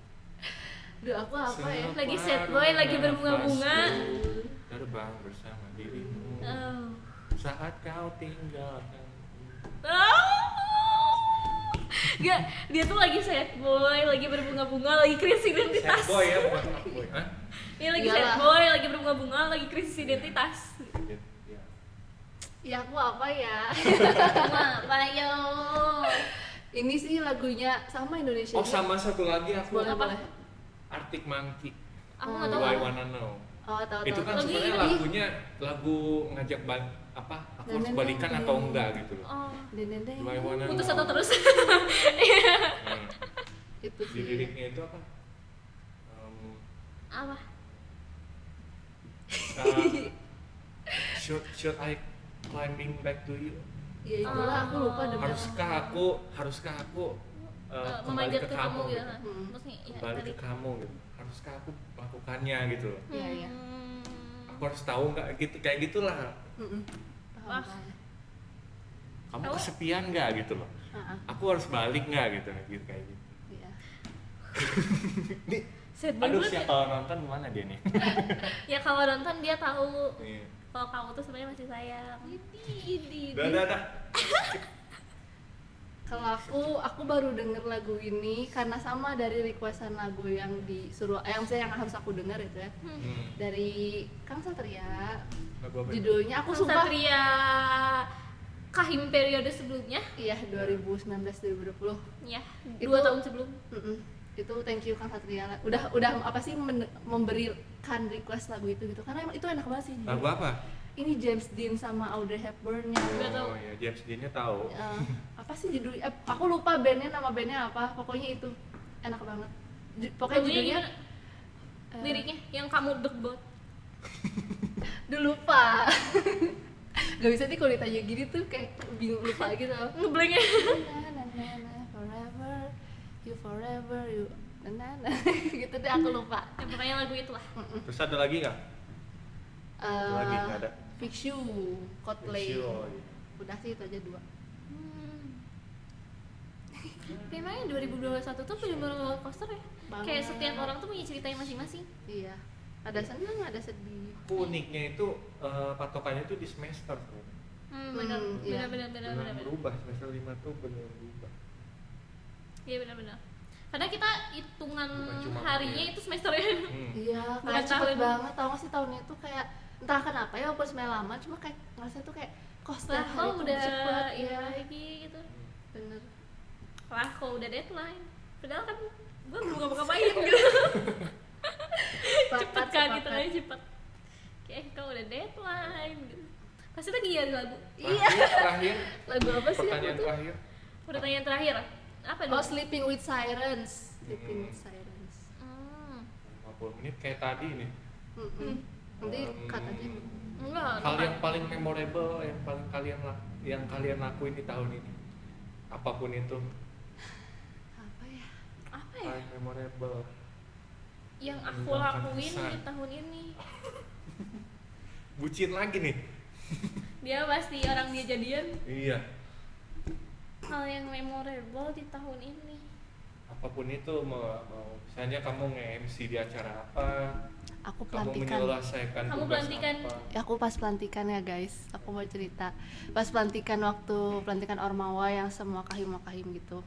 [SPEAKER 3] aduh aku apa ya
[SPEAKER 2] Lagi sad boy, lagi berbunga-bunga.
[SPEAKER 1] Napasku Terbang bersama dirimu
[SPEAKER 2] oh.
[SPEAKER 1] saat kau tinggalkan.
[SPEAKER 2] Gak, dia tuh lagi sad boy, lagi berbunga-bunga, lagi krisis identitas.
[SPEAKER 1] Sad boy ya bukan fuckboy. Hah?
[SPEAKER 2] Dia lagi sad
[SPEAKER 3] Iyalah.
[SPEAKER 2] boy, lagi berbunga-bunga, lagi krisis
[SPEAKER 1] Iya.
[SPEAKER 2] identitas.
[SPEAKER 1] Ya.
[SPEAKER 3] ya aku apa ya
[SPEAKER 2] Apa yo?
[SPEAKER 3] ini sih lagunya sama Indonesia
[SPEAKER 1] Oh sama satu lagi aku
[SPEAKER 3] boleh
[SPEAKER 2] Apa?
[SPEAKER 3] boleh
[SPEAKER 1] Arctic Monkey.
[SPEAKER 2] Aku nggak
[SPEAKER 3] Hmm.
[SPEAKER 2] tahu.
[SPEAKER 1] Do I Wanna Know.
[SPEAKER 3] oh tahu
[SPEAKER 1] Itu
[SPEAKER 3] tahu
[SPEAKER 1] kan
[SPEAKER 2] Lagu
[SPEAKER 1] sebenarnya
[SPEAKER 2] ini.
[SPEAKER 1] lagunya lagu ngajak bal- apa?
[SPEAKER 2] Nah,
[SPEAKER 1] Aku harus
[SPEAKER 3] Nenek,
[SPEAKER 1] balikan
[SPEAKER 3] nenek.
[SPEAKER 1] atau enggak gitu loh.
[SPEAKER 2] Oh,
[SPEAKER 3] Den, den, den.
[SPEAKER 1] Do I Wanna
[SPEAKER 2] putus
[SPEAKER 1] Know.
[SPEAKER 2] atau terus?
[SPEAKER 1] Nah,
[SPEAKER 3] itu
[SPEAKER 1] di
[SPEAKER 3] sih
[SPEAKER 1] liriknya itu apa? Um,
[SPEAKER 2] Apa?
[SPEAKER 1] uh, should, should I climbing back to you?
[SPEAKER 3] ya itulah aku lupa demi apa.
[SPEAKER 1] Haruskah aku, haruskah aku uh,
[SPEAKER 2] Eh,
[SPEAKER 1] kembali
[SPEAKER 2] memanjat
[SPEAKER 1] ke
[SPEAKER 2] ke
[SPEAKER 1] kamu?
[SPEAKER 2] kamu gitu.
[SPEAKER 1] gitu?
[SPEAKER 2] kan?
[SPEAKER 3] Hmm.
[SPEAKER 2] Maksudnya, ya,
[SPEAKER 1] Kembali
[SPEAKER 2] tadi.
[SPEAKER 1] ke kamu gitu. Haruskah aku melakukannya gitu loh.
[SPEAKER 3] Iya, iya.
[SPEAKER 2] Hmm.
[SPEAKER 1] Aku harus tahu nggak gitu kayak gitulah.
[SPEAKER 3] Mm-mm. Paham,
[SPEAKER 2] Wah.
[SPEAKER 3] paham.
[SPEAKER 1] Kamu
[SPEAKER 2] Tahu.
[SPEAKER 1] kesepian nggak gitu loh.
[SPEAKER 3] Ah, ah,
[SPEAKER 1] Aku harus balik nggak gitu gitu kayak gitu.
[SPEAKER 3] iya.
[SPEAKER 1] Nih,
[SPEAKER 2] Sad boy
[SPEAKER 1] aduh
[SPEAKER 2] banget ya.
[SPEAKER 1] siapa yang nonton mana dia nih?
[SPEAKER 2] Ya kalau nonton dia tahu
[SPEAKER 1] Iya.
[SPEAKER 2] kalau kamu tuh sebenarnya masih sayang. Idi, idi, idi.
[SPEAKER 1] Udah, udah, udah.
[SPEAKER 3] Kalau aku, aku baru denger lagu ini karena sama dari requestan lagu yang disuruh, eh, yang saya yang harus aku denger itu ya
[SPEAKER 1] Hmm.
[SPEAKER 3] dari Kang Satria.
[SPEAKER 1] Lagu apa? ya? itu?
[SPEAKER 3] Judulnya aku
[SPEAKER 2] Aku
[SPEAKER 3] sumpah
[SPEAKER 2] Satria Kahim periode sebelumnya
[SPEAKER 3] Iya 2019 2020.
[SPEAKER 2] ya
[SPEAKER 3] Itu-
[SPEAKER 2] dua tahun sebelum
[SPEAKER 3] Mm-mm. Itu thank you Kang Satria. Udah udah apa sih men- memberikan request lagu itu gitu karena emang itu enak banget sih. jujur.
[SPEAKER 1] Lagu apa?
[SPEAKER 3] Ini James Dean sama Audrey Hepburn yang
[SPEAKER 2] Nggak tahu.
[SPEAKER 1] Oh ya, James Dean-nya tahu.
[SPEAKER 3] eh, apa sih judulnya? Eh, aku lupa bandnya nama bandnya apa. Pokoknya itu enak banget. Ju- pokoknya
[SPEAKER 2] Lagunya
[SPEAKER 3] judulnya
[SPEAKER 2] gimana?
[SPEAKER 3] eh,
[SPEAKER 2] liriknya yang kamu degbot
[SPEAKER 3] Duh lupa. Gak bisa nih kalau ditanya gini tuh kayak bingung lupa gitu.
[SPEAKER 2] ngebleng ya
[SPEAKER 3] na na na na forever you forever you na na na gitu deh aku lupa
[SPEAKER 2] Ya, pokoknya lagu itu lah
[SPEAKER 3] Iya.
[SPEAKER 1] Terus ada lagi nggak?
[SPEAKER 3] Eh,
[SPEAKER 1] Lagi nggak ada.
[SPEAKER 3] fix you Coldplay
[SPEAKER 1] Fix You, oh iya.
[SPEAKER 3] udah sih itu aja dua
[SPEAKER 2] Hmm. Memangnya 2021 tuh bener-bener roller coaster ya
[SPEAKER 3] Banget.
[SPEAKER 2] Kayak setiap orang tuh punya ceritanya masing-masing
[SPEAKER 3] iya ada seneng ada sedih
[SPEAKER 1] Aku uniknya itu eh, patokannya itu di semester tuh.
[SPEAKER 2] hmm, bener,
[SPEAKER 3] Hmm,
[SPEAKER 2] bener,
[SPEAKER 3] iya.
[SPEAKER 2] bener, bener, bener,
[SPEAKER 1] Beneran
[SPEAKER 2] bener.
[SPEAKER 1] berubah semester lima tuh benar berubah.
[SPEAKER 2] Iya bener-bener Karena kita hitungan
[SPEAKER 1] Bukan cuma
[SPEAKER 2] harinya
[SPEAKER 1] iya.
[SPEAKER 2] itu ya. semesternya
[SPEAKER 1] Hmm.
[SPEAKER 3] iya
[SPEAKER 2] Bukan
[SPEAKER 3] kayak cepet
[SPEAKER 2] tahun.
[SPEAKER 3] banget tau gak sih tahun itu kayak entah kenapa ya walaupun sebenarnya lama cuma kayak ngerasa tuh kayak kok
[SPEAKER 2] Lah
[SPEAKER 3] setiap hari
[SPEAKER 2] kok
[SPEAKER 3] tuh
[SPEAKER 2] udah
[SPEAKER 3] cepet
[SPEAKER 2] iya
[SPEAKER 3] ya
[SPEAKER 2] lagi gitu
[SPEAKER 3] bener
[SPEAKER 2] lah kok udah deadline padahal kan gue belum ngapa-ngapain gitu cepet kan gitu aja cepet kayak kau udah deadline gitu pasti lagi ya lagu
[SPEAKER 3] Iya.
[SPEAKER 1] Terakhir, terakhir.
[SPEAKER 3] lagu apa sih
[SPEAKER 1] Pertanyaan
[SPEAKER 3] aku tuh?
[SPEAKER 1] terakhir.
[SPEAKER 2] pertanyaan terakhir apa dong
[SPEAKER 3] oh sleeping with sirens
[SPEAKER 1] Hmm.
[SPEAKER 3] sleeping with sirens
[SPEAKER 2] hmm,
[SPEAKER 1] 50 menit kayak tadi nih.
[SPEAKER 3] Mm-mm. nanti
[SPEAKER 1] Hmm,
[SPEAKER 3] katanya
[SPEAKER 2] enggak
[SPEAKER 1] Hal
[SPEAKER 2] enggak.
[SPEAKER 1] yang paling memorable yang paling kalian lak- yang kalian lakuin di tahun ini. Apapun itu
[SPEAKER 3] apa ya
[SPEAKER 2] apa ya
[SPEAKER 1] paling memorable.
[SPEAKER 2] yang aku
[SPEAKER 1] Menghilangkan
[SPEAKER 2] lakuin di
[SPEAKER 1] kesan.
[SPEAKER 2] tahun ini
[SPEAKER 1] Bucin lagi nih.
[SPEAKER 2] dia pasti orang dia jadian
[SPEAKER 1] Iya.
[SPEAKER 2] hal yang memorable di tahun ini
[SPEAKER 1] Apapun itu mau, mau misalnya kamu nge-MC di acara apa,
[SPEAKER 3] aku
[SPEAKER 1] kamu
[SPEAKER 3] pelantikan
[SPEAKER 1] menyelesaikan
[SPEAKER 2] Kamu
[SPEAKER 1] tugas
[SPEAKER 2] pelantikan.
[SPEAKER 1] apa.
[SPEAKER 3] aku pas pelantikan ya guys aku mau cerita pas pelantikan waktu pelantikan ormawa yang semua kahim kahim gitu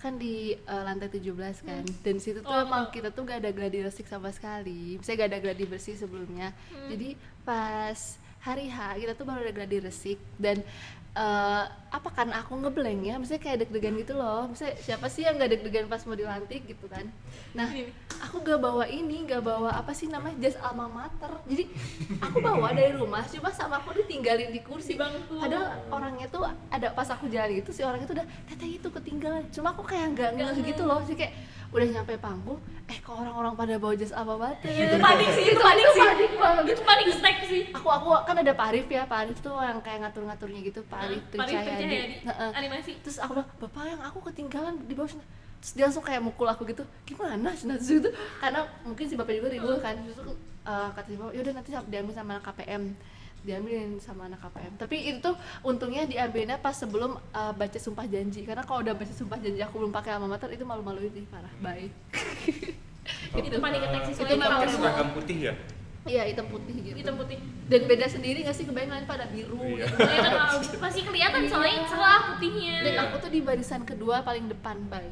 [SPEAKER 3] kan di eh, lantai 17 kan dan situ tuh
[SPEAKER 2] Oh,
[SPEAKER 3] emang
[SPEAKER 2] oh.
[SPEAKER 3] kita tuh gak ada gladi resik sama sekali saya gak ada gladi bersih sebelumnya jadi pas hari H kita tuh baru ada gladi resik dan eh, apa kan aku ngebleng ya misalnya kayak deg-degan gitu loh misalnya siapa sih yang gak deg-degan pas mau dilantik gitu kan nah aku gak bawa ini gak bawa apa sih namanya jas alma mater jadi aku bawa dari rumah cuma sama aku ditinggalin di kursi
[SPEAKER 2] Di bangku.
[SPEAKER 3] padahal orangnya tuh ada pas aku jalan gitu si orangnya tuh udah teteh itu ketinggalan cuma aku kayak nggak ngeh gitu loh sih kayak udah nyampe panggung eh kok orang-orang pada bawa jas apa
[SPEAKER 2] itu
[SPEAKER 3] batin
[SPEAKER 2] panik sih itu panik sih
[SPEAKER 3] panik banget.
[SPEAKER 2] itu panik stack sih
[SPEAKER 3] aku aku kan ada Pak Arif ya Pak Arif tuh yang kayak ngatur-ngaturnya gitu Pak Arif
[SPEAKER 2] Pak Arif
[SPEAKER 3] Tricayadi
[SPEAKER 2] Tricayadi.
[SPEAKER 3] Heeh.
[SPEAKER 2] Animasi.
[SPEAKER 3] terus aku bilang bapak yang aku ketinggalan di bawah sana terus dia langsung kayak mukul aku gitu gimana sih Natsu itu karena mungkin si bapak juga ribut kan terus aku, eh, kata si bapak yaudah nanti diambil sama anak KPM diambilin sama anak KPM tapi itu tuh untungnya diambilnya pas sebelum eh, baca sumpah janji karena kalau udah baca sumpah janji aku belum pakai alma mater itu malu-maluin sih parah baik
[SPEAKER 2] itu panik attack siswa
[SPEAKER 3] Itu
[SPEAKER 2] yang
[SPEAKER 3] memang
[SPEAKER 2] pakai
[SPEAKER 3] semua.
[SPEAKER 2] semua
[SPEAKER 4] seragam putih ya
[SPEAKER 3] iya hitam putih gitu
[SPEAKER 2] hitam putih
[SPEAKER 3] dan beda sendiri gak sih kebayang lain pada biru
[SPEAKER 4] Iya.
[SPEAKER 3] gitu.
[SPEAKER 2] Ya kan, kalau masih kelihatan soalnya celah putihnya
[SPEAKER 3] dan
[SPEAKER 4] Iya.
[SPEAKER 3] aku tuh di barisan kedua paling depan bay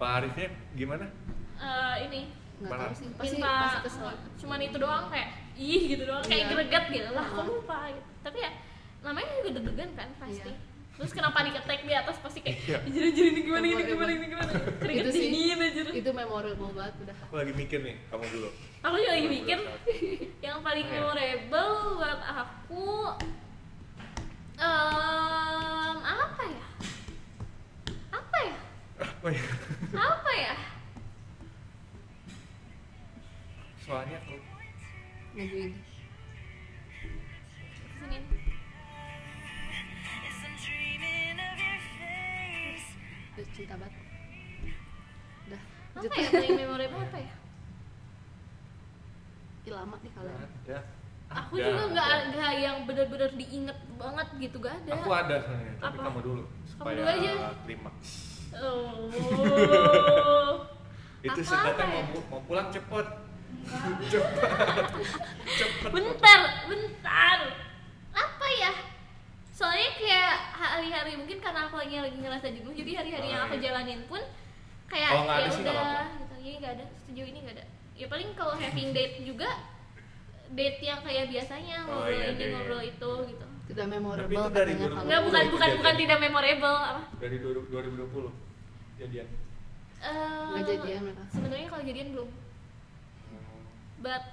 [SPEAKER 4] Pak Arifnya gimana
[SPEAKER 2] Eh, ini
[SPEAKER 3] nggak
[SPEAKER 4] Parah.
[SPEAKER 3] tahu sih pasti pasti
[SPEAKER 2] minta
[SPEAKER 3] kesel
[SPEAKER 2] cuman itu doang kayak ih gitu doang kayak
[SPEAKER 3] Iya.
[SPEAKER 2] greget gitu lah aku
[SPEAKER 3] Heeh.
[SPEAKER 2] lupa gitu tapi ya namanya juga deg-degan kan pasti
[SPEAKER 3] Iya.
[SPEAKER 2] terus kena panik attack di atas pasti kayak
[SPEAKER 4] Iya.
[SPEAKER 2] jadi jadi ini gimana ini
[SPEAKER 3] Memorable.
[SPEAKER 2] gimana ini gimana keringet
[SPEAKER 3] Itu sih.
[SPEAKER 2] dingin aja
[SPEAKER 3] itu memorable banget udah
[SPEAKER 4] aku lagi mikir nih kamu dulu
[SPEAKER 2] aku juga lagi mikir yang paling
[SPEAKER 4] Iya.
[SPEAKER 2] memorable buat aku em, apa ya apa ya
[SPEAKER 1] Ah,
[SPEAKER 4] Apa ya?
[SPEAKER 1] iya.
[SPEAKER 2] apa ya
[SPEAKER 4] soalnya aku
[SPEAKER 3] lagu ini
[SPEAKER 2] Sini.
[SPEAKER 3] udah cinta banget udah lanjut
[SPEAKER 2] apa ya paling memorable apa ya
[SPEAKER 3] Ih, lama nih kalian
[SPEAKER 4] ada
[SPEAKER 2] aku
[SPEAKER 1] Iya.
[SPEAKER 4] Ada.
[SPEAKER 2] juga nggak nggak yang bener-bener diinget banget gitu gak ada
[SPEAKER 4] aku ada sebenarnya tapi
[SPEAKER 2] Apa?
[SPEAKER 4] kamu dulu supaya
[SPEAKER 2] dulu aja.
[SPEAKER 4] klimaks
[SPEAKER 2] oh
[SPEAKER 4] itu
[SPEAKER 2] Apa
[SPEAKER 4] sedatnya
[SPEAKER 2] ya?
[SPEAKER 4] mau, pu- mau pulang cepet cepet cepet
[SPEAKER 2] bentar bentar apa ya soalnya kayak hari-hari mungkin karena aku lagi lagi ngerasa jenuh jadi hari-hari yang
[SPEAKER 4] Oh,
[SPEAKER 2] aku
[SPEAKER 4] iya.
[SPEAKER 2] jalanin pun kayak
[SPEAKER 4] Kalau nggak
[SPEAKER 2] ya
[SPEAKER 4] ada sih nggak
[SPEAKER 2] udah
[SPEAKER 4] apa-apa.
[SPEAKER 2] gitu jadi nggak ada sejauh ini nggak ada ya paling kalau having date juga date yang kayak biasanya
[SPEAKER 4] Oh,
[SPEAKER 2] ngobrol
[SPEAKER 4] iya,
[SPEAKER 2] ini
[SPEAKER 4] date.
[SPEAKER 2] ngobrol itu gitu
[SPEAKER 3] tidak memorable
[SPEAKER 4] Tapi itu dari
[SPEAKER 3] katanya
[SPEAKER 4] dulu.
[SPEAKER 3] kalau
[SPEAKER 2] nggak bukan bukan bukan
[SPEAKER 4] Date.
[SPEAKER 2] tidak memorable apa
[SPEAKER 4] dari du- 2020 jadian
[SPEAKER 2] Eh,
[SPEAKER 3] Nggak jadian mereka.
[SPEAKER 2] sebenarnya kalau jadian belum but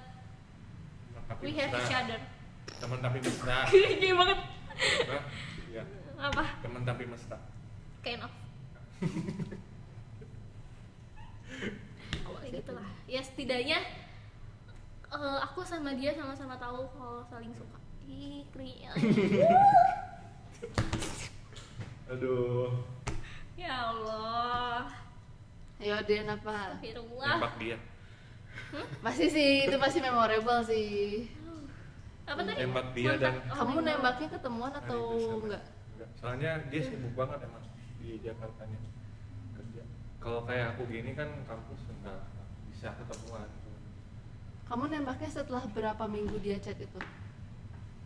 [SPEAKER 4] Teman tapi
[SPEAKER 2] we have
[SPEAKER 4] mesra.
[SPEAKER 2] each other
[SPEAKER 4] teman tapi mesra
[SPEAKER 2] gini banget
[SPEAKER 4] Hah? Iya.
[SPEAKER 2] apa
[SPEAKER 4] teman tapi mesra
[SPEAKER 2] kind of kayak gitulah ya setidaknya eh, aku sama dia sama-sama tahu kalau saling suka Ih, kri-
[SPEAKER 4] aduh
[SPEAKER 2] ya Allah
[SPEAKER 3] ayo Dian apa
[SPEAKER 2] Astagfirullah
[SPEAKER 4] nembak dia
[SPEAKER 3] pasti sih itu pasti memorable sih
[SPEAKER 2] apa tadi
[SPEAKER 4] Tembak dia
[SPEAKER 2] Kontak.
[SPEAKER 4] dan-
[SPEAKER 2] Oh
[SPEAKER 3] kamu
[SPEAKER 2] my God.
[SPEAKER 3] nembaknya ketemuan
[SPEAKER 4] Hari
[SPEAKER 3] atau
[SPEAKER 4] Nah, itu sama.
[SPEAKER 3] enggak
[SPEAKER 4] Enggak. soalnya dia sibuk banget emang di Jakarta nya kerja kalau kayak aku gini kan kampus enggak bisa ketemuan
[SPEAKER 3] kamu nembaknya setelah berapa minggu dia chat itu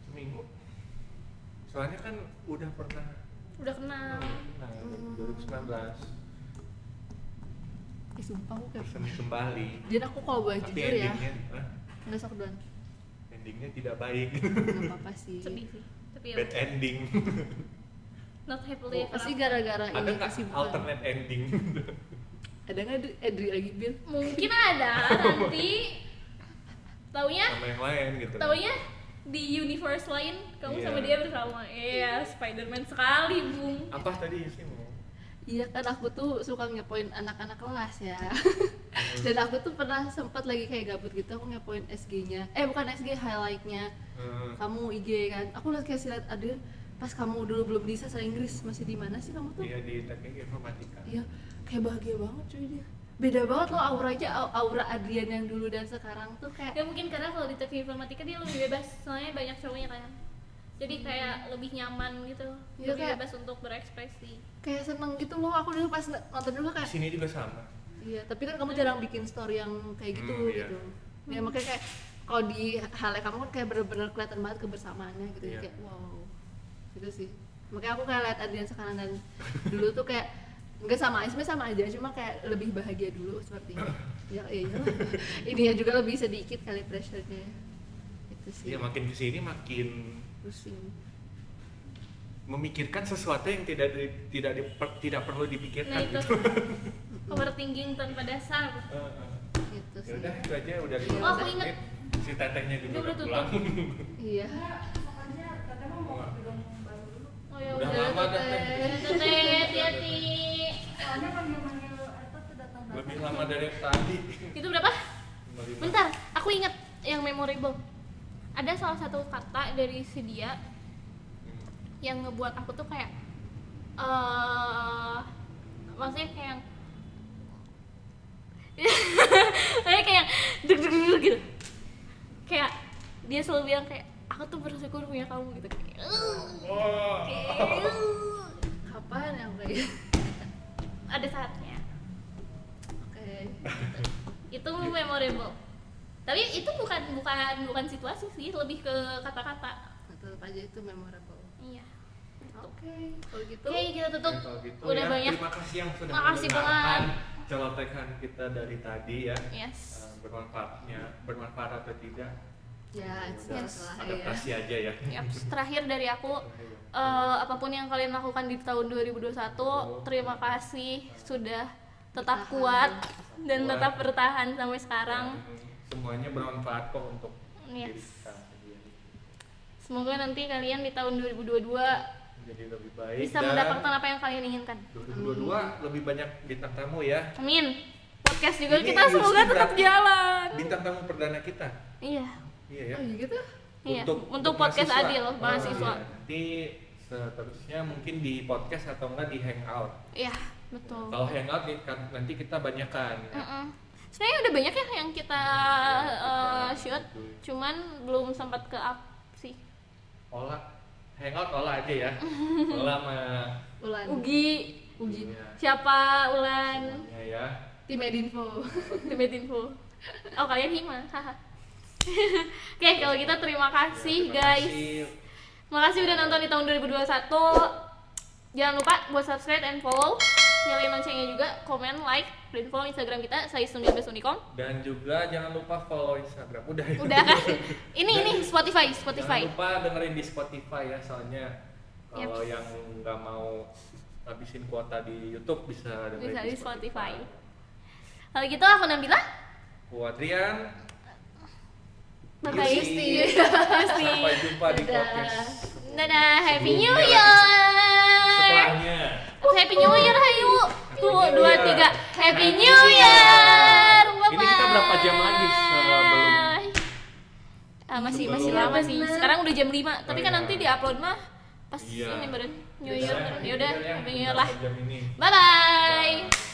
[SPEAKER 4] seminggu soalnya kan udah pernah
[SPEAKER 2] udah kenal
[SPEAKER 4] nah, 2019
[SPEAKER 3] Ih, sumpah aku kayak
[SPEAKER 4] bersemi kembali
[SPEAKER 3] Dian aku kalau boleh
[SPEAKER 4] tapi
[SPEAKER 3] jujur ya
[SPEAKER 4] endingnya Hah?
[SPEAKER 3] nggak sok doan
[SPEAKER 4] endingnya tidak baik
[SPEAKER 3] nggak apa-apa sih
[SPEAKER 2] sedih sih tapi ya
[SPEAKER 4] bad ending
[SPEAKER 2] not happily ever
[SPEAKER 3] pasti
[SPEAKER 2] after.
[SPEAKER 3] gara-gara
[SPEAKER 4] ada
[SPEAKER 3] ini
[SPEAKER 4] nggak
[SPEAKER 3] kesibukan
[SPEAKER 4] alternate ending
[SPEAKER 3] ada nggak Dri- eh Dri lagi Bill
[SPEAKER 2] mungkin ada nanti taunya
[SPEAKER 4] sama yang lain gitu
[SPEAKER 2] Ya. Taunya di universe lain kamu
[SPEAKER 4] Iya.
[SPEAKER 2] sama dia bersama. Iya, Spider-Man sekali, Bung.
[SPEAKER 4] apa tadi sih mau
[SPEAKER 3] Iya kan aku tuh suka ngepoin anak-anak kelas ya
[SPEAKER 4] Hmm.
[SPEAKER 3] Dan aku tuh pernah sempat lagi kayak gabut gitu aku ngepoin SG-nya Eh bukan SG, highlight-nya
[SPEAKER 4] Eh,
[SPEAKER 3] Kamu IG kan Aku liat kayak silat Adil Pas kamu dulu belum bisa bahasa Inggris Masih di mana sih kamu tuh?
[SPEAKER 4] iya di teknik informatika
[SPEAKER 3] Iya Kayak bahagia banget cuy dia Beda banget loh auranya au- Aura Adrian yang dulu dan sekarang tuh kayak
[SPEAKER 2] Ya mungkin karena kalau di teknik informatika dia lebih bebas, soalnya banyak cowoknya kan. Jadi kayak lebih nyaman gitu,
[SPEAKER 3] Iya,
[SPEAKER 2] lebih
[SPEAKER 3] kayak-
[SPEAKER 2] bebas untuk berekspresi.
[SPEAKER 3] kayak seneng gitu loh Aku dulu pas nonton dulu
[SPEAKER 4] di
[SPEAKER 3] kayak
[SPEAKER 4] sini juga sama
[SPEAKER 3] Iya, tapi kan kamu jarang bikin story yang kayak gitu
[SPEAKER 4] Hmm, iya.
[SPEAKER 3] gitu. Ya makanya kayak kalau di hal kamu kan kayak bener-bener kelihatan banget kebersamaannya gitu
[SPEAKER 4] Iya.
[SPEAKER 3] kayak wow. Gitu sih. Makanya aku kayak lihat Adrian sekarang dan dulu tuh kayak Enggak sama, sebenarnya sama aja, cuma kayak lebih bahagia dulu seperti ini. Ya iya. Ini juga lebih sedikit kali pressure-nya. Itu sih.
[SPEAKER 1] Iya makin kesini makin
[SPEAKER 3] pusing.
[SPEAKER 1] memikirkan sesuatu yang tidak di- tidak diper- tidak perlu
[SPEAKER 2] nah
[SPEAKER 1] dipikirkan
[SPEAKER 2] itu
[SPEAKER 1] gitu.
[SPEAKER 2] overthinking tanpa dasar
[SPEAKER 1] Eh, eh.
[SPEAKER 3] Gitu
[SPEAKER 1] ya
[SPEAKER 3] sih.
[SPEAKER 1] udah itu aja udah lima
[SPEAKER 2] Oh, aku
[SPEAKER 1] menit.
[SPEAKER 2] inget.
[SPEAKER 1] si tetehnya juga
[SPEAKER 2] Udah,
[SPEAKER 1] udah
[SPEAKER 2] udah tutup.
[SPEAKER 1] pulang.
[SPEAKER 3] Iya.
[SPEAKER 2] oh ya
[SPEAKER 1] Udah
[SPEAKER 2] udah
[SPEAKER 1] lama dah teh.
[SPEAKER 2] teteh hati-hati
[SPEAKER 1] Lebih lama dari tadi.
[SPEAKER 2] itu berapa
[SPEAKER 1] Lima.
[SPEAKER 2] bentar aku inget yang memorable ada salah satu kata dari si dia
[SPEAKER 1] Hmm.
[SPEAKER 2] yang ngebuat aku tuh kayak eh maksudnya kayak kayak kayak deg deg deg gitu kayak dia selalu bilang kayak aku tuh bersyukur punya kamu gitu kayak "Ugh,
[SPEAKER 1] Oh.
[SPEAKER 2] kayak, "Ugh."
[SPEAKER 3] Kapan ya, yang kayak
[SPEAKER 2] ada saatnya
[SPEAKER 3] Oke.
[SPEAKER 2] itu memorable tapi itu bukan bukan bukan situasi sih lebih ke kata-kata
[SPEAKER 3] Tetap aja itu memorable.
[SPEAKER 2] iya
[SPEAKER 3] Oke, kalau gitu.
[SPEAKER 2] oke kita tutup
[SPEAKER 1] Kalau gitu
[SPEAKER 2] udah
[SPEAKER 1] ya,
[SPEAKER 2] banyak
[SPEAKER 1] Terima kasih yang sudah
[SPEAKER 2] Makasih
[SPEAKER 1] mendengarkan celotehan kita dari tadi ya.
[SPEAKER 2] yes
[SPEAKER 1] Eh, bermanfaatnya bermanfaat atau tidak
[SPEAKER 3] Ya, itu
[SPEAKER 1] udah
[SPEAKER 3] salah ya.
[SPEAKER 1] adaptasi aja ya
[SPEAKER 2] Yaps, terakhir dari aku eh, apapun yang kalian lakukan di tahun
[SPEAKER 1] Oh.
[SPEAKER 2] 2021 terima kasih sudah tetap
[SPEAKER 3] Bertahan.
[SPEAKER 2] kuat dan
[SPEAKER 1] Kuat.
[SPEAKER 2] tetap bertahan sampai sekarang
[SPEAKER 1] semuanya bermanfaat kok untuk diri
[SPEAKER 2] Yes.
[SPEAKER 1] kita sendiri
[SPEAKER 2] semoga nanti kalian di tahun 2022
[SPEAKER 1] jadi lebih baik
[SPEAKER 2] bisa
[SPEAKER 1] dan
[SPEAKER 2] mendapatkan apa yang kalian inginkan
[SPEAKER 1] 2022 lebih banyak bintang tamu ya
[SPEAKER 2] amin podcast juga
[SPEAKER 1] Ini
[SPEAKER 2] kita semoga
[SPEAKER 1] justru
[SPEAKER 2] tetap
[SPEAKER 1] berarti-
[SPEAKER 2] jalan
[SPEAKER 1] bintang tamu perdana kita
[SPEAKER 2] iya
[SPEAKER 1] iya ya
[SPEAKER 3] Oh, iya gitu.
[SPEAKER 2] Iya, untuk podcast
[SPEAKER 1] mahasiswa.
[SPEAKER 2] Adil,
[SPEAKER 1] Oh,
[SPEAKER 2] mahasiswa.
[SPEAKER 1] iya. nanti seterusnya mungkin di podcast atau enggak di hangout
[SPEAKER 2] iya betul Eh.
[SPEAKER 1] kalau hangout di- kan- nanti kita ya. banyakkan
[SPEAKER 2] Mm-mm. sebenarnya udah banyak ya yang kita eh, shoot cuman belum sempat ke up sih
[SPEAKER 1] olah hangout olah aja ya olah sama
[SPEAKER 3] Ulan.
[SPEAKER 2] Ugi
[SPEAKER 3] Ugi.
[SPEAKER 1] Iya.
[SPEAKER 2] siapa Ulan
[SPEAKER 1] Ya, ya.
[SPEAKER 3] Tim Edinfo.
[SPEAKER 2] Demet info. Oh kalian hima, haha. Oke kalau kita terima kasih
[SPEAKER 1] Iya, Terima
[SPEAKER 2] guys.
[SPEAKER 1] kasih.
[SPEAKER 2] Makasih udah nonton di tahun 2021. Jangan lupa buat subscribe and follow. Nyalain loncengnya juga, komen, like, dan follow Instagram kita saya19unicom.
[SPEAKER 1] Dan juga jangan lupa follow Instagram. Udah. ya?
[SPEAKER 2] Udah kan? Ini ini Spotify, Spotify.
[SPEAKER 1] Jangan lupa dengerin di Spotify ya, soalnya kalau
[SPEAKER 2] Yaps.
[SPEAKER 1] yang nggak mau habisin kuota di YouTube bisa dengerin
[SPEAKER 2] Bisa di
[SPEAKER 1] di
[SPEAKER 2] Spotify.
[SPEAKER 1] Spotify.
[SPEAKER 2] Kalau gitu aku Nabila.
[SPEAKER 1] Kuadrian.
[SPEAKER 2] Bye
[SPEAKER 1] Yusi. Sampai jumpa di
[SPEAKER 3] Dadah.
[SPEAKER 1] podcast
[SPEAKER 2] Dadah, Happy New
[SPEAKER 1] Sebelumnya.
[SPEAKER 2] Year.
[SPEAKER 1] setelahnya.
[SPEAKER 2] Happy New Year, hayu. Tuh, dua, tiga. Happy New Year. Bye
[SPEAKER 1] Ini kita berapa jam lagi sebelum
[SPEAKER 2] Ah, masih
[SPEAKER 1] Sebelum-
[SPEAKER 2] masih lama sih. Sekarang udah jam 5, tapi
[SPEAKER 1] Oh,
[SPEAKER 2] kan
[SPEAKER 1] iya.
[SPEAKER 2] nanti diupload mah pas
[SPEAKER 1] Iya.
[SPEAKER 2] ini baru New
[SPEAKER 1] Jadi
[SPEAKER 2] Year.
[SPEAKER 1] saya
[SPEAKER 2] Ya udah,
[SPEAKER 1] yang
[SPEAKER 2] Happy New Year
[SPEAKER 1] berapa
[SPEAKER 2] lah.
[SPEAKER 1] Jam ini.
[SPEAKER 2] Bye bye.